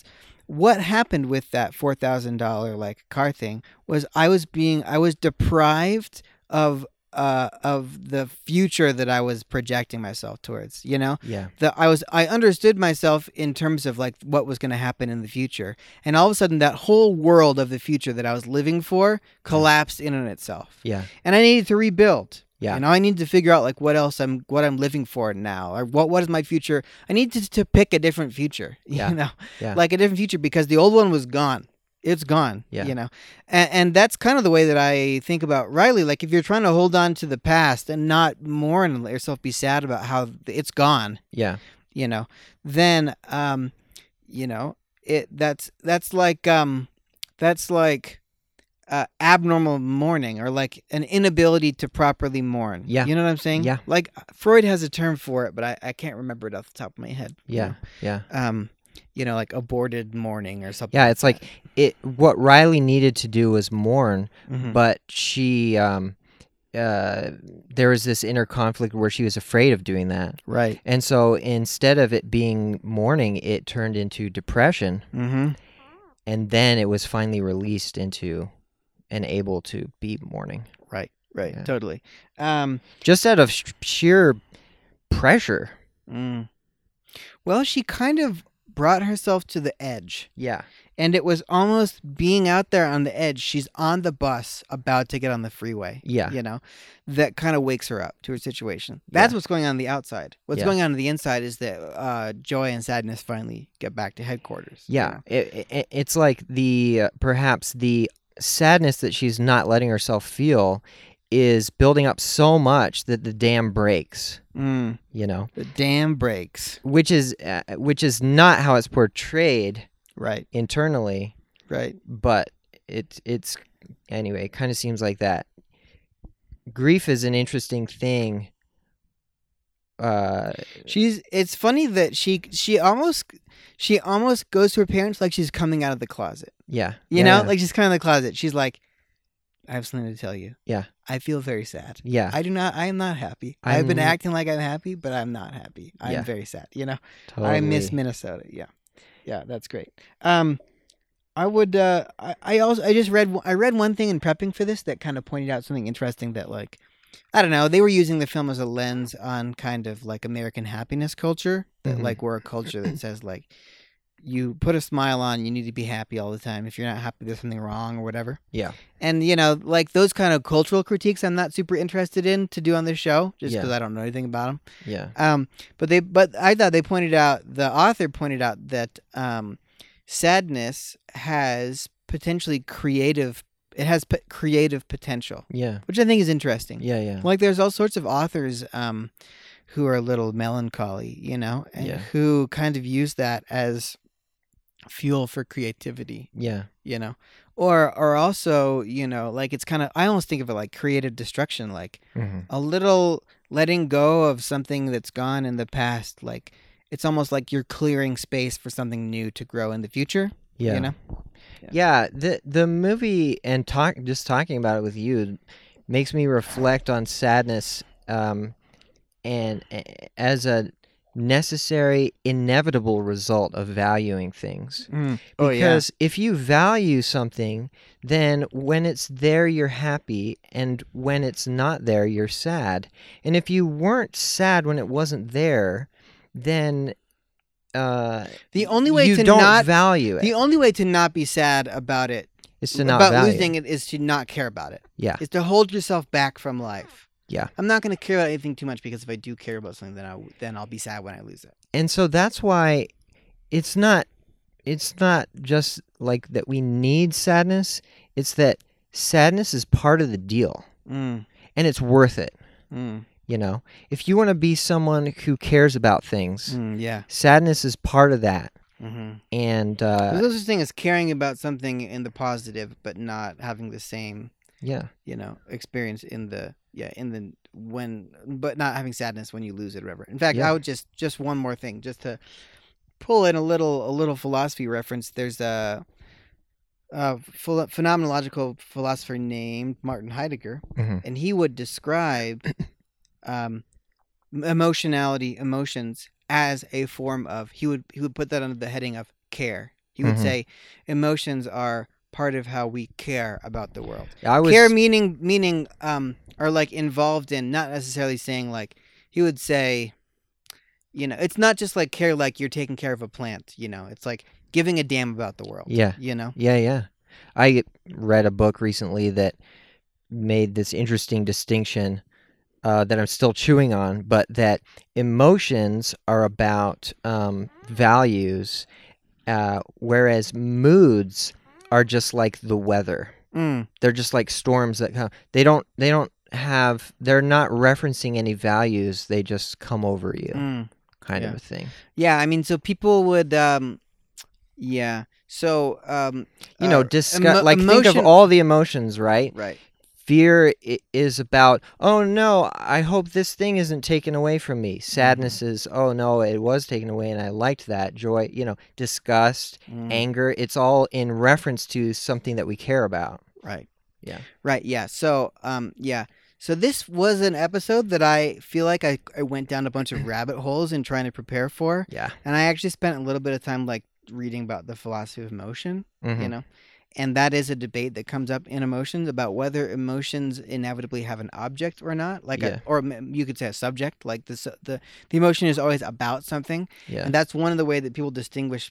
Speaker 2: what happened with that $4000 like car thing was i was being i was deprived of uh of the future that i was projecting myself towards you know
Speaker 3: yeah.
Speaker 2: that I was I understood myself in terms of like what was going to happen in the future, and all of a sudden that whole world of the future that I was living for collapsed in on itself.
Speaker 3: Yeah.
Speaker 2: and I needed to rebuild.
Speaker 3: Yeah.
Speaker 2: you know I need to figure out like what else I'm what I'm living for now, or what what is my future. I need to to pick a different future. You
Speaker 3: Yeah.
Speaker 2: know,
Speaker 3: Yeah.
Speaker 2: like a different future because the old one was gone. It's gone.
Speaker 3: Yeah.
Speaker 2: you know, and, and that's kind of the way that I think about Riley. Like if you're trying to hold on to the past and not mourn and let yourself be sad about how it's gone
Speaker 3: Yeah.
Speaker 2: you know then um you know it that's that's like um that's like uh, abnormal mourning or like an inability to properly mourn
Speaker 3: Yeah.
Speaker 2: you know what i'm saying
Speaker 3: Yeah.
Speaker 2: like freud has a term for it but i, I can't remember it off the top of my head you
Speaker 3: Yeah.
Speaker 2: know?
Speaker 3: Yeah.
Speaker 2: um you know like aborted mourning or something
Speaker 3: Yeah, it's like it. What Riley needed to do was mourn,
Speaker 2: Mhm.
Speaker 3: but she, um, uh, there was this inner conflict where she was afraid of doing that,
Speaker 2: right
Speaker 3: and so instead of it being mourning, it turned into depression,
Speaker 2: mm-hmm
Speaker 3: and then it was finally released into and able to be mourning,
Speaker 2: right right
Speaker 3: Yeah.
Speaker 2: totally um
Speaker 3: just out of sh- sheer pressure.
Speaker 2: mm. well she kind of brought herself to the edge
Speaker 3: Yeah,
Speaker 2: and it was almost being out there on the edge. She's on the bus about to get on the freeway.
Speaker 3: yeah,
Speaker 2: You know, that kind of wakes her up to her situation. That's
Speaker 3: Yeah.
Speaker 2: what's going on, on the outside. What's
Speaker 3: Yeah.
Speaker 2: going on on the inside is that uh, joy and sadness finally get back to headquarters. you
Speaker 3: yeah.
Speaker 2: know?
Speaker 3: It, it, it's like the uh, perhaps the sadness that she's not letting herself feel is building up so much that the dam breaks.
Speaker 2: Mm,
Speaker 3: You know,
Speaker 2: the dam breaks.
Speaker 3: which is uh, which is not how it's portrayed
Speaker 2: Right.
Speaker 3: internally,
Speaker 2: Right.
Speaker 3: but it it's anyway. It kind of seems like that. Grief is an interesting thing. Uh,
Speaker 2: She's. It's funny that she she almost she almost goes to her parents like she's coming out of the closet.
Speaker 3: yeah,
Speaker 2: You
Speaker 3: yeah,
Speaker 2: know,
Speaker 3: yeah,
Speaker 2: like she's coming out of the closet. She's like, I have something to tell you.
Speaker 3: Yeah.
Speaker 2: I feel very sad.
Speaker 3: yeah,
Speaker 2: I do not. I am not happy. i have been
Speaker 3: I'm-
Speaker 2: acting like I'm happy, but I'm not happy. I'm
Speaker 3: Yeah.
Speaker 2: very sad. You know,
Speaker 3: totally.
Speaker 2: I miss Minnesota. Yeah, yeah, that's great. Um, I would. Uh, I, I also. I just read. I read one thing in prepping for this that kind of pointed out something interesting. That like, I don't know. They were using the film as a lens on kind of like American happiness culture. That
Speaker 3: Mhm.
Speaker 2: like we're a culture that says like, you put a smile on, you need to be happy all the time. If you're not happy, there's something wrong or whatever
Speaker 3: Yeah,
Speaker 2: and you know like those kind of cultural critiques i'm not super interested in to do on this show just
Speaker 3: Yeah.
Speaker 2: because i don't know anything about them
Speaker 3: yeah,
Speaker 2: um, but they but i thought they pointed out the author pointed out that um, sadness has potentially creative it has p- creative potential
Speaker 3: yeah,
Speaker 2: which i think is interesting
Speaker 3: yeah, yeah.
Speaker 2: like there's all sorts of authors um, who are a little melancholy you know and
Speaker 3: Yeah.
Speaker 2: who kind of use that as fuel for creativity
Speaker 3: Yeah.
Speaker 2: you know or or also you know like it's kind of i almost think of it like creative destruction like
Speaker 3: Mhm.
Speaker 2: a little letting go of something that's gone in the past like it's almost like you're clearing space for something new to grow in the future
Speaker 3: Yeah.
Speaker 2: you know
Speaker 3: Yeah. The the movie and talk just talking about it with you makes me reflect on sadness um, and a- as a necessary inevitable result of valuing things.
Speaker 2: oh yeah
Speaker 3: Because if you value something, then when it's there, you're happy, and when it's not there, you're sad. And if you weren't sad when it wasn't there, then uh,
Speaker 2: the only way
Speaker 3: you
Speaker 2: to
Speaker 3: don't
Speaker 2: not
Speaker 3: value it
Speaker 2: the only way to not be sad about it
Speaker 3: is to not
Speaker 2: about
Speaker 3: value
Speaker 2: losing it is to not care about it
Speaker 3: Yeah.
Speaker 2: is to hold yourself back from life
Speaker 3: Yeah.
Speaker 2: i'm not going to care about anything too much because if i do care about something then i w- then i'll be sad when i lose it
Speaker 3: and so that's why it's not it's not just like that we need sadness it's that sadness is part of the deal
Speaker 2: mm,
Speaker 3: and it's worth it
Speaker 2: mm,
Speaker 3: you know if you want to be someone who cares about things
Speaker 2: mm, yeah
Speaker 3: sadness is part of that
Speaker 2: mm-hmm.
Speaker 3: and uh,
Speaker 2: There's no such thing as caring about something in the positive, but not having the same
Speaker 3: Yeah.
Speaker 2: you know, experience in the yeah in the when, but not having sadness when you lose it or whatever. In fact,
Speaker 3: Yeah.
Speaker 2: I would just just one more thing, just to pull in a little a little philosophy reference. There's a, a philo- phenomenological philosopher named Martin Heidegger,
Speaker 3: Mhm.
Speaker 2: and he would describe um, emotionality, emotions as a form of. He would he would put that under the heading of care. He would
Speaker 3: Mhm.
Speaker 2: say emotions are part of how we care about the world
Speaker 3: I was
Speaker 2: care meaning meaning um are like involved in not necessarily saying like he would say you know it's not just like care like you're taking care of a plant you know it's like giving a damn about the world
Speaker 3: Yeah.
Speaker 2: you know
Speaker 3: Yeah, yeah. I read a book recently that made this interesting distinction uh, that I'm still chewing on, but that emotions are about um, values, uh, whereas moods are just like the weather.
Speaker 2: mm,
Speaker 3: They're just like storms that come. They don't. They don't have. They're not referencing any values. They just come over you,
Speaker 2: mm.
Speaker 3: kind of
Speaker 2: yeah.
Speaker 3: a thing.
Speaker 2: yeah i mean so people would um yeah so um
Speaker 3: You know,
Speaker 2: uh,
Speaker 3: discuss
Speaker 2: emo-
Speaker 3: like think
Speaker 2: emotion-
Speaker 3: of all the emotions, right?
Speaker 2: right
Speaker 3: fear i- is about oh no i hope this thing isn't taken away from me
Speaker 2: Mm-hmm.
Speaker 3: sadness is oh no it was taken away and i liked that joy you know disgust
Speaker 2: Mm.
Speaker 3: anger it's all in reference to something that we care about
Speaker 2: Right.
Speaker 3: Yeah.
Speaker 2: Right. Yeah. So, um, yeah. So this was an episode that I feel like I, I went down a bunch of rabbit holes in trying to prepare for,
Speaker 3: yeah
Speaker 2: and I actually spent a little bit of time like reading about the philosophy of emotion,
Speaker 3: Mhm.
Speaker 2: you know, and that is a debate that comes up in emotions about whether emotions inevitably have an object or not, like
Speaker 3: Yeah.
Speaker 2: a, or m- you could say a subject. Like the su- the the emotion is always about something,
Speaker 3: yeah
Speaker 2: and that's one of the way that people distinguish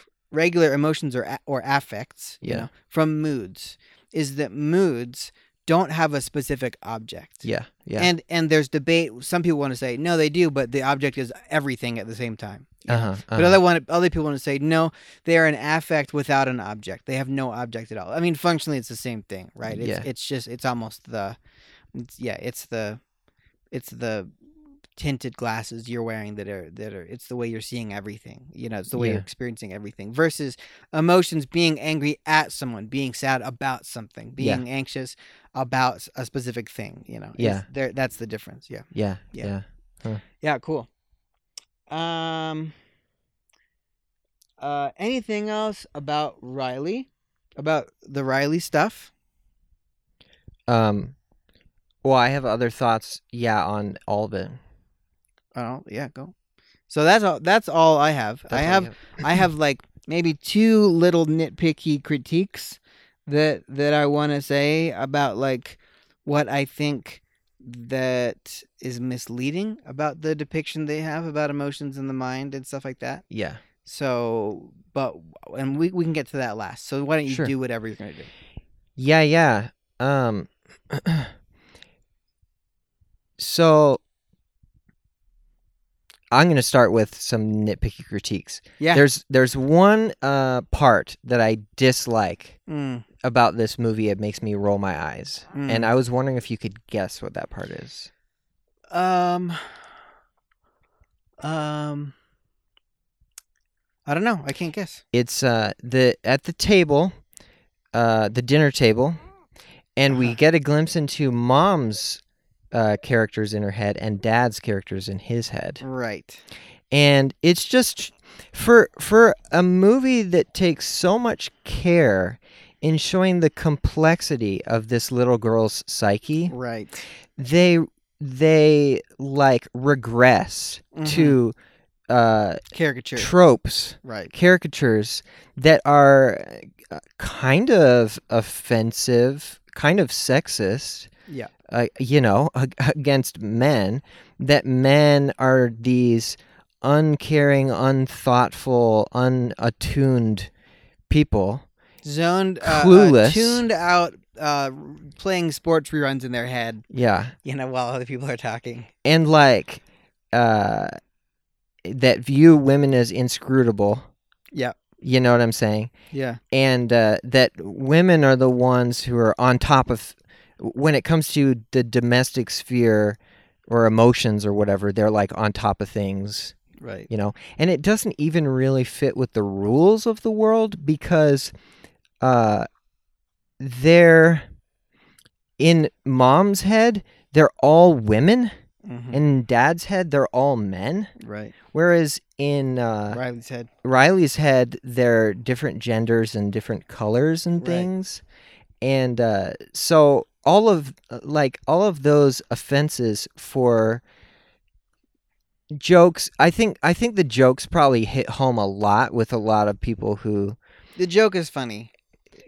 Speaker 2: f- regular emotions or a- or affects, you
Speaker 3: Yeah.
Speaker 2: know, from moods. Is that moods don't have a specific object.
Speaker 3: yeah yeah
Speaker 2: And and there's debate. Some people want to say no, they do, but the object is everything at the same time. you know?
Speaker 3: uh-huh,
Speaker 2: But other one, other people want to say no, they are an affect without an object. They have no object at all. I mean, functionally, it's the same thing, right? It's,
Speaker 3: Yeah.
Speaker 2: it's just it's almost the, it's, yeah, it's the, it's the tinted glasses you're wearing that are that are it's the way you're seeing everything you know it's the way
Speaker 3: Yeah.
Speaker 2: you're experiencing everything versus emotions being angry at someone being sad about something
Speaker 3: Yeah.
Speaker 2: being anxious about a specific thing you know It's-
Speaker 3: Yeah.
Speaker 2: there that's the difference yeah
Speaker 3: yeah yeah,
Speaker 2: yeah. yeah, cool. Um uh anything else about Riley? About the Riley stuff?
Speaker 3: um well i have other thoughts yeah on all of it
Speaker 2: Oh, yeah, go. So that's all that's all I have.
Speaker 3: That's all
Speaker 2: I
Speaker 3: we
Speaker 2: have I have like maybe two little nitpicky critiques that that I want to say about like what I think that is misleading about the depiction they have about emotions in the mind and stuff like that.
Speaker 3: yeah
Speaker 2: So, but and we we can get to that last. So why don't you
Speaker 3: Sure.
Speaker 2: do whatever you're gonna do?
Speaker 3: Yeah, yeah. Um So I'm going to start with some nitpicky critiques.
Speaker 2: Yeah.
Speaker 3: There's there's one uh part that I dislike
Speaker 2: Mm,
Speaker 3: about this movie. It makes me roll my eyes.
Speaker 2: Mm-hmm. Hmm.
Speaker 3: And I was wondering if you could guess what that part is.
Speaker 2: um, um, I don't know. I can't guess.
Speaker 3: It's uh the at the table, uh the dinner table, and we
Speaker 2: Uh-huh.
Speaker 3: get a glimpse into mom's uh, characters in her head and dad's characters in his head.
Speaker 2: Right.
Speaker 3: and it's just for for a movie that takes so much care in showing the complexity of this little girl's psyche
Speaker 2: Right.
Speaker 3: they they like regress
Speaker 2: Mhm.
Speaker 3: to uh
Speaker 2: caricature.
Speaker 3: tropes
Speaker 2: right.
Speaker 3: caricatures that are uh, kind of offensive kind of sexist
Speaker 2: Yeah.
Speaker 3: uh, you know, ag- against men, that men are these uncaring, unthoughtful, unattuned people.
Speaker 2: Zoned. Uh, Uh,
Speaker 3: Clueless.
Speaker 2: tuned out. Uh, playing sports reruns in their head.
Speaker 3: Yeah.
Speaker 2: You know, while other people are talking.
Speaker 3: And like, uh, that view women as inscrutable.
Speaker 2: Yeah.
Speaker 3: You know what I'm saying?
Speaker 2: Yeah.
Speaker 3: And uh, that women are the ones who are on top of, when it comes to the domestic sphere or emotions or whatever, they're like on top of things.
Speaker 2: Right.
Speaker 3: you know and it doesn't even really fit with the rules of the world because uh they're in mom's head, they're all women,
Speaker 2: Mhm.
Speaker 3: and in dad's head, they're all men.
Speaker 2: Right.
Speaker 3: Whereas in uh,
Speaker 2: Riley's head.
Speaker 3: Riley's head, they're different genders and different colors and
Speaker 2: Right.
Speaker 3: things. And uh, so all of uh, like all of those offenses for jokes, I think I think the jokes probably hit home a lot with a lot of people who
Speaker 2: The joke is funny.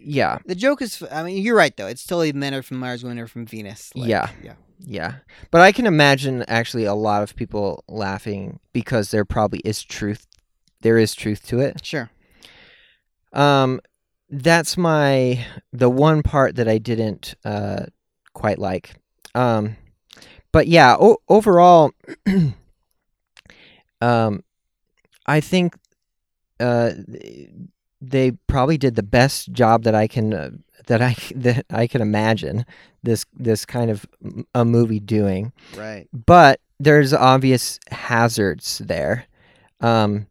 Speaker 3: yeah,
Speaker 2: The joke is. f- I mean, you're right though. It's totally men are from Mars, women are from Venus. Like,
Speaker 3: Yeah.
Speaker 2: Yeah.
Speaker 3: yeah. But I can imagine actually a lot of people laughing because there probably is truth there is truth to it.
Speaker 2: Sure.
Speaker 3: Um, that's my the one part that I didn't uh quite like. Um, but yeah, o- overall, um, I think uh th- they probably did the best job that I can uh, that I that I can imagine this this kind of m- a movie doing
Speaker 2: Right.
Speaker 3: but there's obvious hazards there. Um,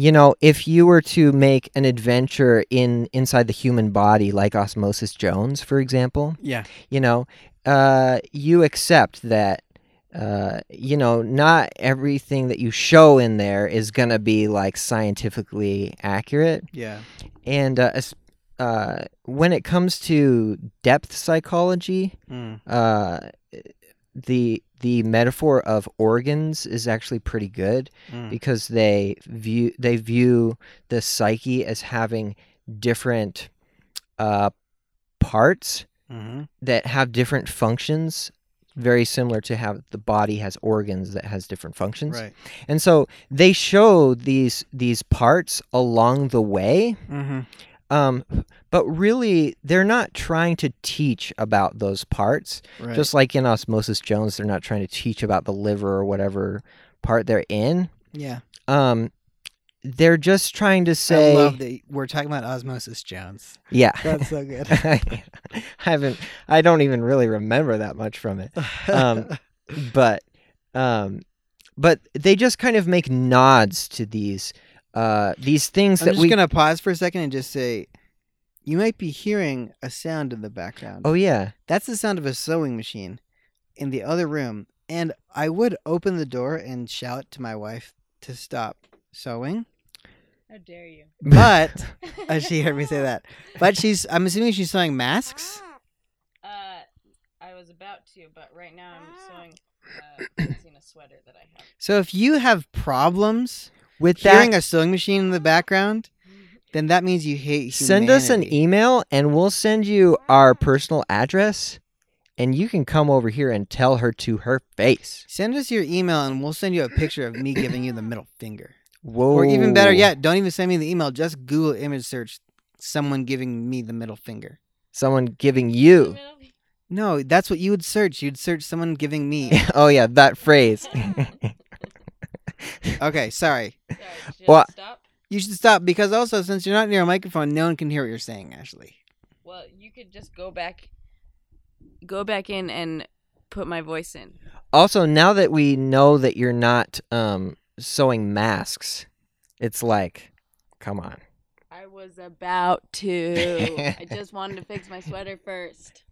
Speaker 3: you know, if you were to make an adventure in inside the human body, like Osmosis Jones, for example,
Speaker 2: Yeah.
Speaker 3: you know, uh, you accept that. Uh, you know, not everything that you show in there is gonna be like scientifically accurate,
Speaker 2: Yeah.
Speaker 3: and uh, es- uh, when it comes to depth psychology,
Speaker 2: Mm.
Speaker 3: uh, the the metaphor of organs is actually pretty good
Speaker 2: Mm.
Speaker 3: because they view they view the psyche as having different uh, parts
Speaker 2: hmm
Speaker 3: that have different functions very similar to how the body has organs that has different functions
Speaker 2: Right.
Speaker 3: and so they show these these parts along the way
Speaker 2: Mm-hmm.
Speaker 3: um, but really they're not trying to teach about those parts
Speaker 2: Right.
Speaker 3: just like in Osmosis Jones, they're not trying to teach about the liver or whatever part they're in.
Speaker 2: yeah.
Speaker 3: Um, they're just trying to say,
Speaker 2: I love that we're talking about Osmosis Jones.
Speaker 3: yeah.
Speaker 2: That's so good.
Speaker 3: I haven't. I don't even really remember that much from it. Um, But, um, but they just kind of make nods to these, uh, these things
Speaker 2: I'm
Speaker 3: that
Speaker 2: just
Speaker 3: we.
Speaker 2: gonna pause for a second and just say, you might be hearing a sound in the background.
Speaker 3: Oh yeah,
Speaker 2: That's the sound of a sewing machine in the other room. And I would open the door and shout to my wife to stop sewing.
Speaker 4: How dare you?
Speaker 2: But uh, she heard me say that. But she's I'm assuming she's sewing masks.
Speaker 4: Uh, I was about to, but right now I'm sewing uh, it's in a sweater that I have.
Speaker 2: So if you have problems
Speaker 3: with
Speaker 2: hearing
Speaker 3: that,
Speaker 2: a sewing machine in the background, then that means you hate
Speaker 3: send us an
Speaker 2: humanity.
Speaker 3: email and we'll send you our personal address, and you can come over here and tell her to her face.
Speaker 2: e-, Send us your email and we'll send you a picture of me giving you the middle finger.
Speaker 3: Whoa.
Speaker 2: Or even better yet, don't even send me the email. Just Google image search someone giving me the middle finger.
Speaker 3: someone giving you.
Speaker 2: No, that's what you would search. You'd search someone giving me.
Speaker 3: oh yeah, that phrase.
Speaker 2: okay, sorry.
Speaker 4: Sorry, should I
Speaker 3: What?
Speaker 4: stop?
Speaker 2: You should stop because also since you're not near a microphone, no one can hear what you're saying, Ashley.
Speaker 4: Well, you could just go back, go back in and put my voice in.
Speaker 3: also, now that we know that you're not um, sewing masks, it's like, come on.
Speaker 4: I was about to. I just wanted to fix my sweater first.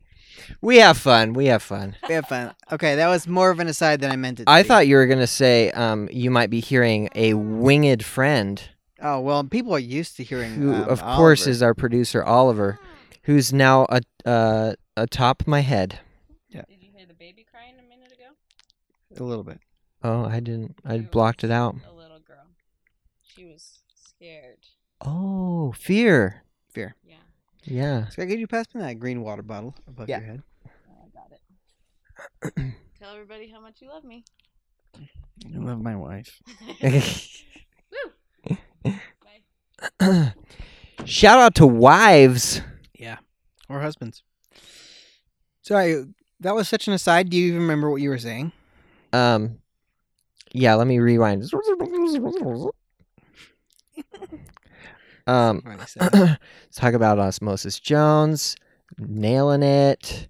Speaker 3: We have fun. We have fun.
Speaker 2: We have fun. Okay, that was more of an aside than I meant it. to
Speaker 3: I
Speaker 2: be.
Speaker 3: thought you were gonna say um, you might be hearing a winged friend,
Speaker 2: Oh well, people are used to hearing.
Speaker 3: who
Speaker 2: um,
Speaker 3: of course
Speaker 2: Oliver.
Speaker 3: is our producer Oliver, who's now a, uh, atop my head.
Speaker 4: Did you hear the baby crying a minute ago?
Speaker 3: uh,
Speaker 2: a little bit.
Speaker 3: Oh, I didn't. I
Speaker 4: We were
Speaker 3: blocked it out.
Speaker 4: A little girl. She was scared.
Speaker 3: Oh, fear.
Speaker 4: Yeah,
Speaker 3: Yeah.
Speaker 2: So could you pass me that green water bottle above
Speaker 3: Yeah.
Speaker 2: your head?
Speaker 4: oh, I got it. Tell everybody how much you love me.
Speaker 2: I love my wife.
Speaker 4: Woo! Bye.
Speaker 3: Shout out to wives.
Speaker 2: Yeah, or husbands. Sorry, that was such an aside. Do you even remember what you were saying?
Speaker 3: Um, yeah, let me rewind. um,
Speaker 2: Funny sound.
Speaker 3: let's talk about Osmosis Jones, nailing it,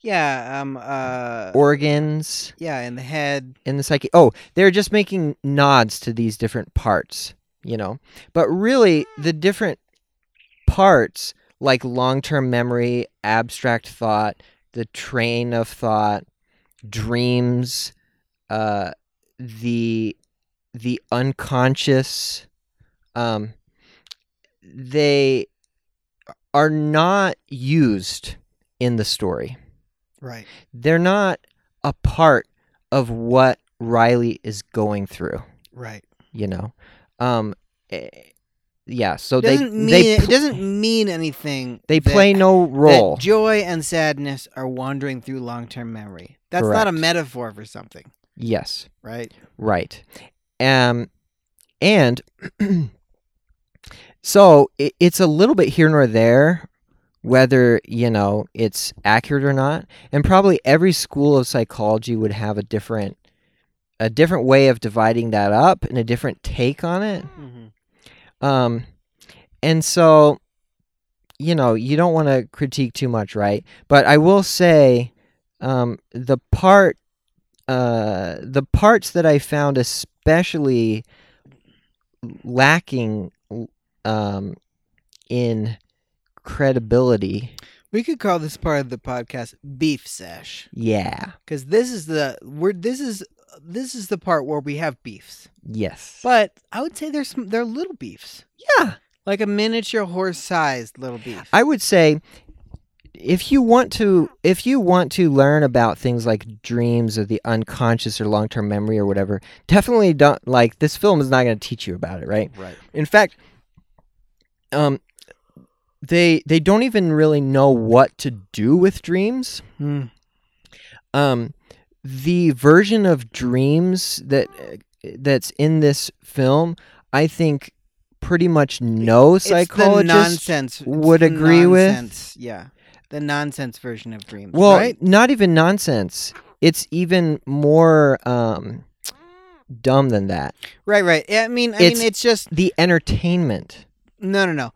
Speaker 2: yeah. Um. Uh.
Speaker 3: organs
Speaker 2: yeah, in the head.
Speaker 3: in the psyche. Oh, they're just making nods to these different parts, you know. But really, the different parts, like long term memory, abstract thought, the train of thought, dreams, uh, the the unconscious. Um, they are not used in the story.
Speaker 2: Right.
Speaker 3: They're not a part of what Riley is going through.
Speaker 2: Right.
Speaker 3: You know, um, eh, yeah. So
Speaker 2: It doesn't
Speaker 3: they
Speaker 2: mean
Speaker 3: they
Speaker 2: it
Speaker 3: pl-
Speaker 2: doesn't mean anything.
Speaker 3: they
Speaker 2: that-
Speaker 3: play no
Speaker 2: that
Speaker 3: role.
Speaker 2: joy and sadness are wandering through long-term memory. That's not a
Speaker 3: Correct.
Speaker 2: metaphor for something,
Speaker 3: yes.
Speaker 2: right?
Speaker 3: Right. Um, and so it, it's a little bit here nor there whether you know it's accurate or not and probably every school of psychology would have a different a different way of dividing that up and a different take on it
Speaker 2: Mm-hmm.
Speaker 3: um, and so, you know, you don't want to critique too much, right? But I will say, um, the part, uh, the parts that I found especially lacking, um, in credibility.
Speaker 2: We could call this part of the podcast beef sesh
Speaker 3: Yeah.
Speaker 2: because this is the we're this is this is the part where we have beefs.
Speaker 3: Yes.
Speaker 2: But I would say there's some, they're little beefs,
Speaker 3: yeah,
Speaker 2: like a miniature horse-sized little beef.
Speaker 3: I would say. If you want to, if you want to learn about things like dreams or the unconscious or long-term memory or whatever, definitely don't like this film is not going to teach you about it right
Speaker 2: right.
Speaker 3: in fact um they they don't even really know what to do with dreams
Speaker 2: Mm.
Speaker 3: um the version of dreams that that's in this film i think pretty much no
Speaker 2: Psychologists
Speaker 3: psychologist
Speaker 2: nonsense
Speaker 3: would
Speaker 2: the
Speaker 3: agree with-
Speaker 2: nonsense, Yeah, the nonsense version of dreams.
Speaker 3: well
Speaker 2: right?
Speaker 3: not even nonsense it's even more um dumb than that
Speaker 2: right, right. Yeah, I mean, I
Speaker 3: It's-
Speaker 2: mean, it's just
Speaker 3: the entertainment
Speaker 2: No, no, no.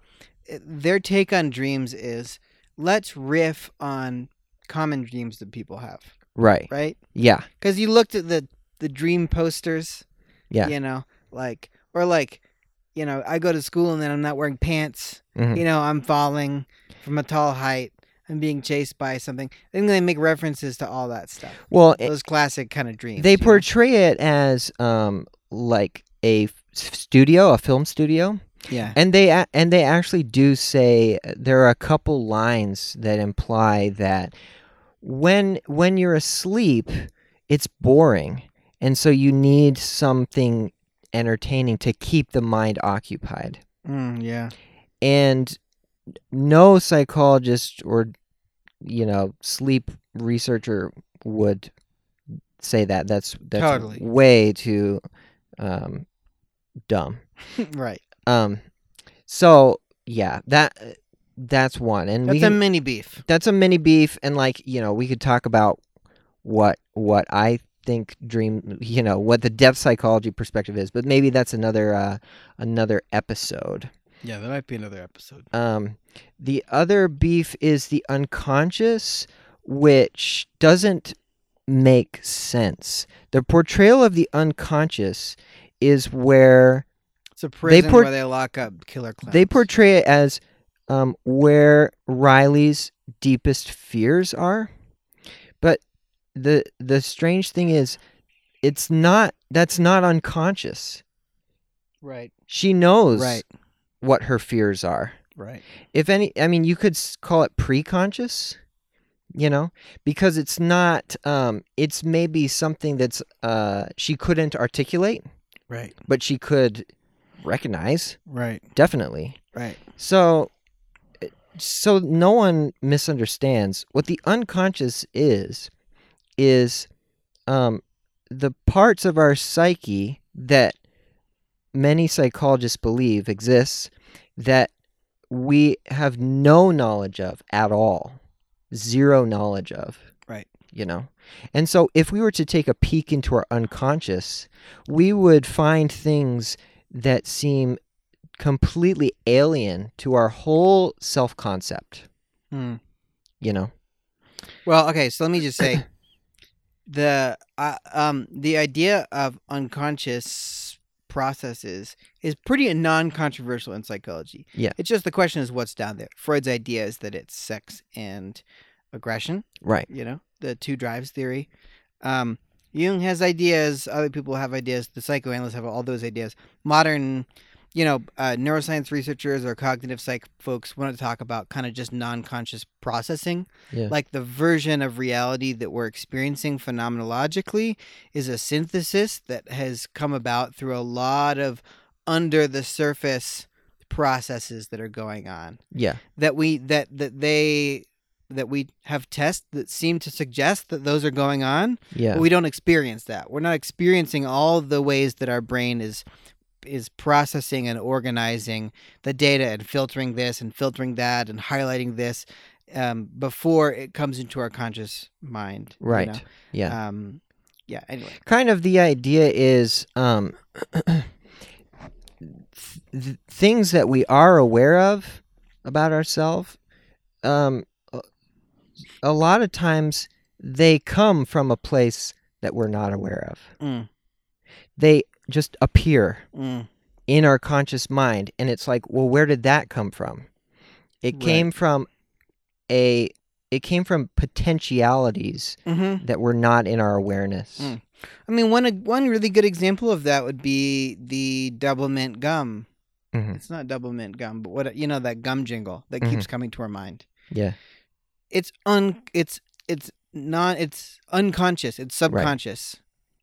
Speaker 2: Uh, Their take on dreams is let's riff on common dreams that people have,
Speaker 3: right
Speaker 2: right?
Speaker 3: yeah
Speaker 2: Because you looked at the the dream posters,
Speaker 3: Yeah.
Speaker 2: you know, like or like, you know, I go to school and then I'm not wearing pants.
Speaker 3: Mhm.
Speaker 2: You know, I'm falling from a tall height. I'm being chased by something. I think they make references to all that stuff.
Speaker 3: well
Speaker 2: Those classic kind of dreams.
Speaker 3: Eh. They
Speaker 2: you know?
Speaker 3: portray it as um like a f- studio, a film studio,
Speaker 2: yeah,
Speaker 3: and they a- and they actually do say uh, there are a couple lines that imply that when when you're asleep, it's boring, and so you need something entertaining to keep the mind occupied.
Speaker 2: Mm, yeah,
Speaker 3: And no psychologist or you know sleep researcher would say that that's that's
Speaker 2: Totally.
Speaker 3: way too um dumb
Speaker 2: right.
Speaker 3: um so yeah that that's one and we
Speaker 2: That's a
Speaker 3: can,
Speaker 2: mini beef.
Speaker 3: that's a mini beef and like you know we could talk about what what i think dream you know what the depth psychology perspective is but maybe that's another uh another episode
Speaker 2: Yeah, that might be another episode.
Speaker 3: um, the other beef is the unconscious, which doesn't make sense. The portrayal of the unconscious is where
Speaker 2: It's a prison
Speaker 3: por-
Speaker 2: where they lock up killer clowns.
Speaker 3: they portray it as um, where Riley's deepest fears are. But the the strange thing is, it's not that's not unconscious.
Speaker 2: right,
Speaker 3: She knows
Speaker 2: right,
Speaker 3: what her fears are.
Speaker 2: right.
Speaker 3: if any i mean you could s- call it pre-conscious you know because it's not um it's maybe something that's uh she couldn't articulate
Speaker 2: Right,
Speaker 3: but she could recognize
Speaker 2: right,
Speaker 3: definitely
Speaker 2: right.
Speaker 3: so so no one misunderstands what the unconscious is is um the parts of our psyche that many psychologists believe exists that we have no knowledge of at all zero knowledge of
Speaker 2: Right.
Speaker 3: you know and so if we were to take a peek into our unconscious we would find things that seem completely alien to our whole self concept,
Speaker 2: Hmm.
Speaker 3: you know?
Speaker 2: Well, okay. So let me just say, the uh, um the idea of unconscious processes is pretty non-controversial in psychology.
Speaker 3: Yeah.
Speaker 2: It's just the question is what's down there. Freud's idea is that it's sex and aggression
Speaker 3: Right.
Speaker 2: you know the two drives theory um jung has ideas other people have ideas the psychoanalysts have all those ideas modern you know uh, neuroscience researchers or cognitive psych folks want to talk about kind of just non-conscious processing
Speaker 3: Yeah.
Speaker 2: like the version of reality that we're experiencing phenomenologically is a synthesis that has come about through a lot of under the surface processes that are going on
Speaker 3: Yeah.
Speaker 2: that we that that they that we have tests that seem to suggest that those are going on
Speaker 3: Yeah.
Speaker 2: but we don't experience that we're not experiencing all the ways that our brain is is processing and organizing the data and filtering this and filtering that and highlighting this um, before it comes into our conscious mind you
Speaker 3: right.
Speaker 2: know?
Speaker 3: Yeah.
Speaker 2: um yeah anyway
Speaker 3: kind of the idea is um, th- th- things that we are aware of about ourselves. Um, a- a lot of times they come from a place that we're not aware of.
Speaker 2: Mm.
Speaker 3: They just appear
Speaker 2: mm,
Speaker 3: in our conscious mind and it's like well where did that come from it
Speaker 2: Right.
Speaker 3: came from a it came from potentialities
Speaker 2: mhm.
Speaker 3: that were not in our awareness
Speaker 2: Mm. i mean one one really good example of that would be the double mint gum
Speaker 3: Mhm.
Speaker 2: it's not double mint gum, but what you know that gum jingle
Speaker 3: Mm-hmm.
Speaker 2: that keeps coming to our mind.
Speaker 3: yeah
Speaker 2: It's un it's it's not it's unconscious, it's subconscious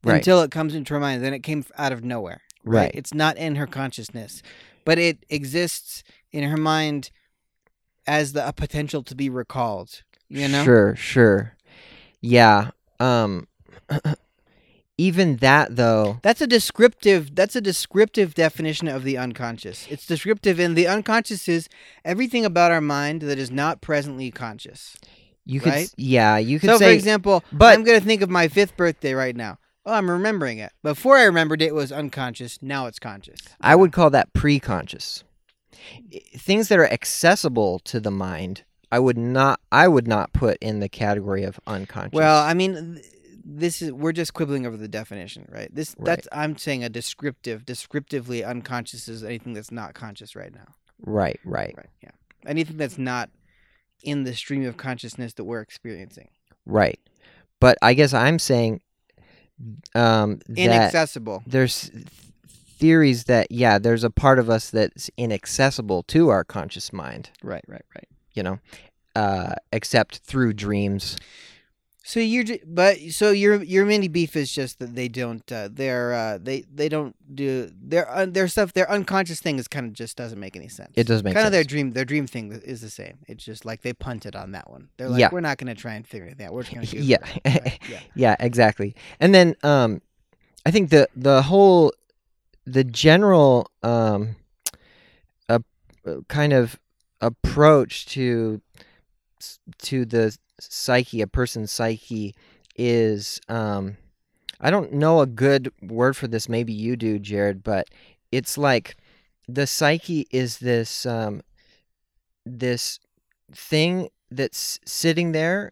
Speaker 3: Right.
Speaker 2: until it comes into her mind. Then it came f- out of nowhere.
Speaker 3: right
Speaker 2: It's not in her consciousness, but it exists in her mind as the a potential to be recalled. You know,
Speaker 3: sure sure yeah um even that though
Speaker 2: that's a descriptive. That's a descriptive definition of the unconscious. It's descriptive, and the unconscious is everything about our mind that is not presently conscious.
Speaker 3: you could
Speaker 2: Right?
Speaker 3: s- yeah you could
Speaker 2: so,
Speaker 3: say
Speaker 2: for example,
Speaker 3: but-
Speaker 2: I'm going to think of my fifth birthday right now. Oh, I'm remembering it. Before I remembered it, it was unconscious. Now it's conscious.
Speaker 3: I would call that pre-conscious. I- Things that are accessible to the mind, I would not I would not put in the category of unconscious.
Speaker 2: Well, I mean, th- this is we're just quibbling over the definition, right? This
Speaker 3: Right.
Speaker 2: that's I'm saying a descriptive, descriptively unconscious is anything that's not conscious right now.
Speaker 3: right, right,
Speaker 2: Right. Yeah. Anything that's not in the stream of consciousness that we're experiencing.
Speaker 3: right. But I guess I'm saying um that
Speaker 2: Inaccessible.
Speaker 3: there's th- theories that yeah, there's a part of us that's inaccessible to our conscious mind,
Speaker 2: Right, right, right.
Speaker 3: you know, uh except through dreams.
Speaker 2: So you're, ju- but so your your mini beef is just that they don't, uh, they're uh, they they don't do their un their stuff. Their unconscious thing is kind of just doesn't make any sense.
Speaker 3: It does make
Speaker 2: kind of their
Speaker 3: sense.
Speaker 2: dream their dream thing is the same. It's just like they punted on that one. They're like,
Speaker 3: Yeah.
Speaker 2: we're not going to try and figure it out. We're just going to do
Speaker 3: Yeah.
Speaker 2: it. Right, yeah.
Speaker 3: Yeah, exactly. And then um I think the the whole the general um a kind of approach to s- to the psyche, a person's psyche is um I don't know a good word for this, maybe you do, Jared, but it's like the psyche is this um this thing that's sitting there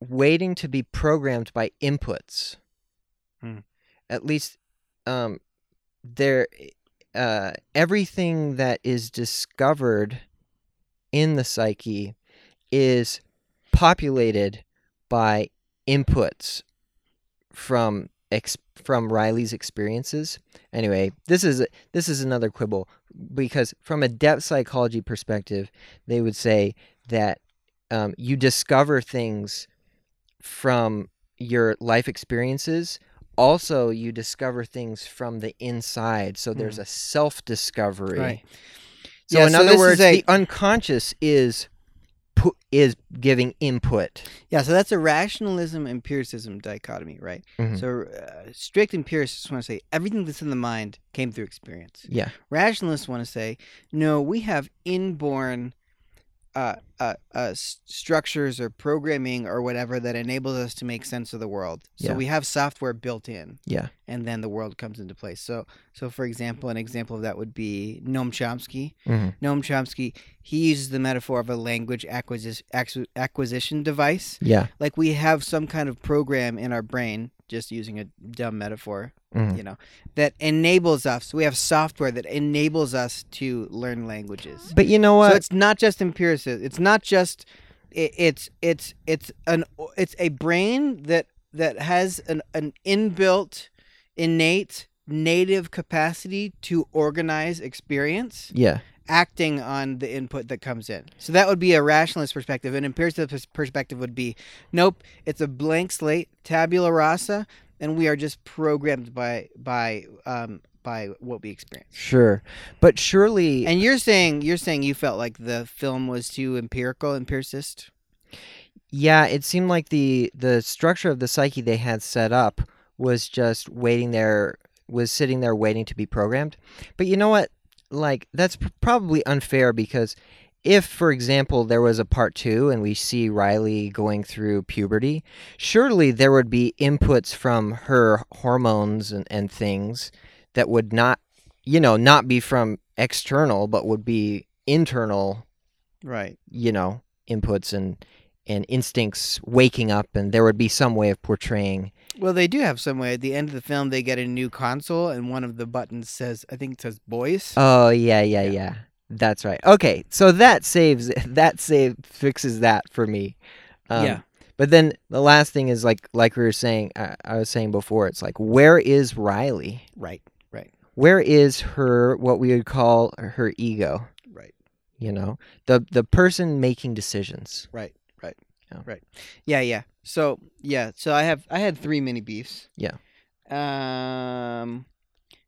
Speaker 3: waiting to be programmed by inputs.
Speaker 2: Hmm.
Speaker 3: At least, um, there, uh, everything that is discovered in the psyche is populated by inputs from ex- from Riley's experiences. Anyway, this is this is another quibble because from a depth psychology perspective, they would say that um, you discover things from your life experiences. Also, you discover things from the inside. So there's a self discovery.
Speaker 2: Right.
Speaker 3: So
Speaker 2: Yeah,
Speaker 3: in
Speaker 2: so this
Speaker 3: other
Speaker 2: is
Speaker 3: words,
Speaker 2: a-
Speaker 3: the unconscious is pu- is giving input.
Speaker 2: Yeah, so that's a rationalism empiricism dichotomy, right?
Speaker 3: Mhm.
Speaker 2: So uh, strict empiricists want to say everything that's in the mind came through experience.
Speaker 3: Yeah.
Speaker 2: Rationalists want to say, no, we have inborn uh, uh, uh, s- structures or programming or whatever that enables us to make sense of the world. So
Speaker 3: Yeah.
Speaker 2: we have software built in.
Speaker 3: Yeah.
Speaker 2: And then the world comes into place. So, so for example, an example of that would be Noam Chomsky.
Speaker 3: Mhm.
Speaker 2: Noam Chomsky, he uses the metaphor of a language acquisi- acqui- acquisition device
Speaker 3: Yeah.
Speaker 2: like we have some kind of program in our brain just using a dumb metaphor
Speaker 3: Mhm.
Speaker 2: you know that enables us we have software that enables us to learn languages
Speaker 3: But you know what?
Speaker 2: so it's not just empiricism it's not just it, it's it's it's an it's a brain that that has an an inbuilt innate native capacity to organize experience
Speaker 3: Yeah.
Speaker 2: acting on the input that comes in so that would be a rationalist perspective an empiricist pers- perspective would be nope it's a blank slate tabula rasa and we are just programmed by by um by what we experience
Speaker 3: Sure. But surely
Speaker 2: and you're saying you're saying you felt like the film was too empirical empiricist
Speaker 3: Yeah, it seemed like the the structure of the psyche they had set up was just waiting there was sitting there waiting to be programmed. But you know what? Like that's p- probably unfair because if for example there was a part 2 and we see Riley going through puberty, surely there would be inputs from her hormones and, and things that would not you know, not be from external but would be internal
Speaker 2: right
Speaker 3: you know inputs and and instincts waking up and there would be some way of portraying
Speaker 2: Well, they do have some way. At the end of the film, they get a new console, and one of the buttons says, I think it says boys.
Speaker 3: oh yeah yeah
Speaker 2: Yeah.
Speaker 3: yeah, that's right okay so that saves that save fixes that for me Um,
Speaker 2: Yeah.
Speaker 3: but then the last thing is like like we were saying I, I was saying before it's like where is riley
Speaker 2: right,
Speaker 3: where is her what we would call her ego
Speaker 2: right,
Speaker 3: you know the the person making decisions
Speaker 2: right, right,
Speaker 3: Yeah.
Speaker 2: right. Yeah, yeah. So yeah, so I have I had three mini beefs.
Speaker 3: Yeah.
Speaker 2: Um,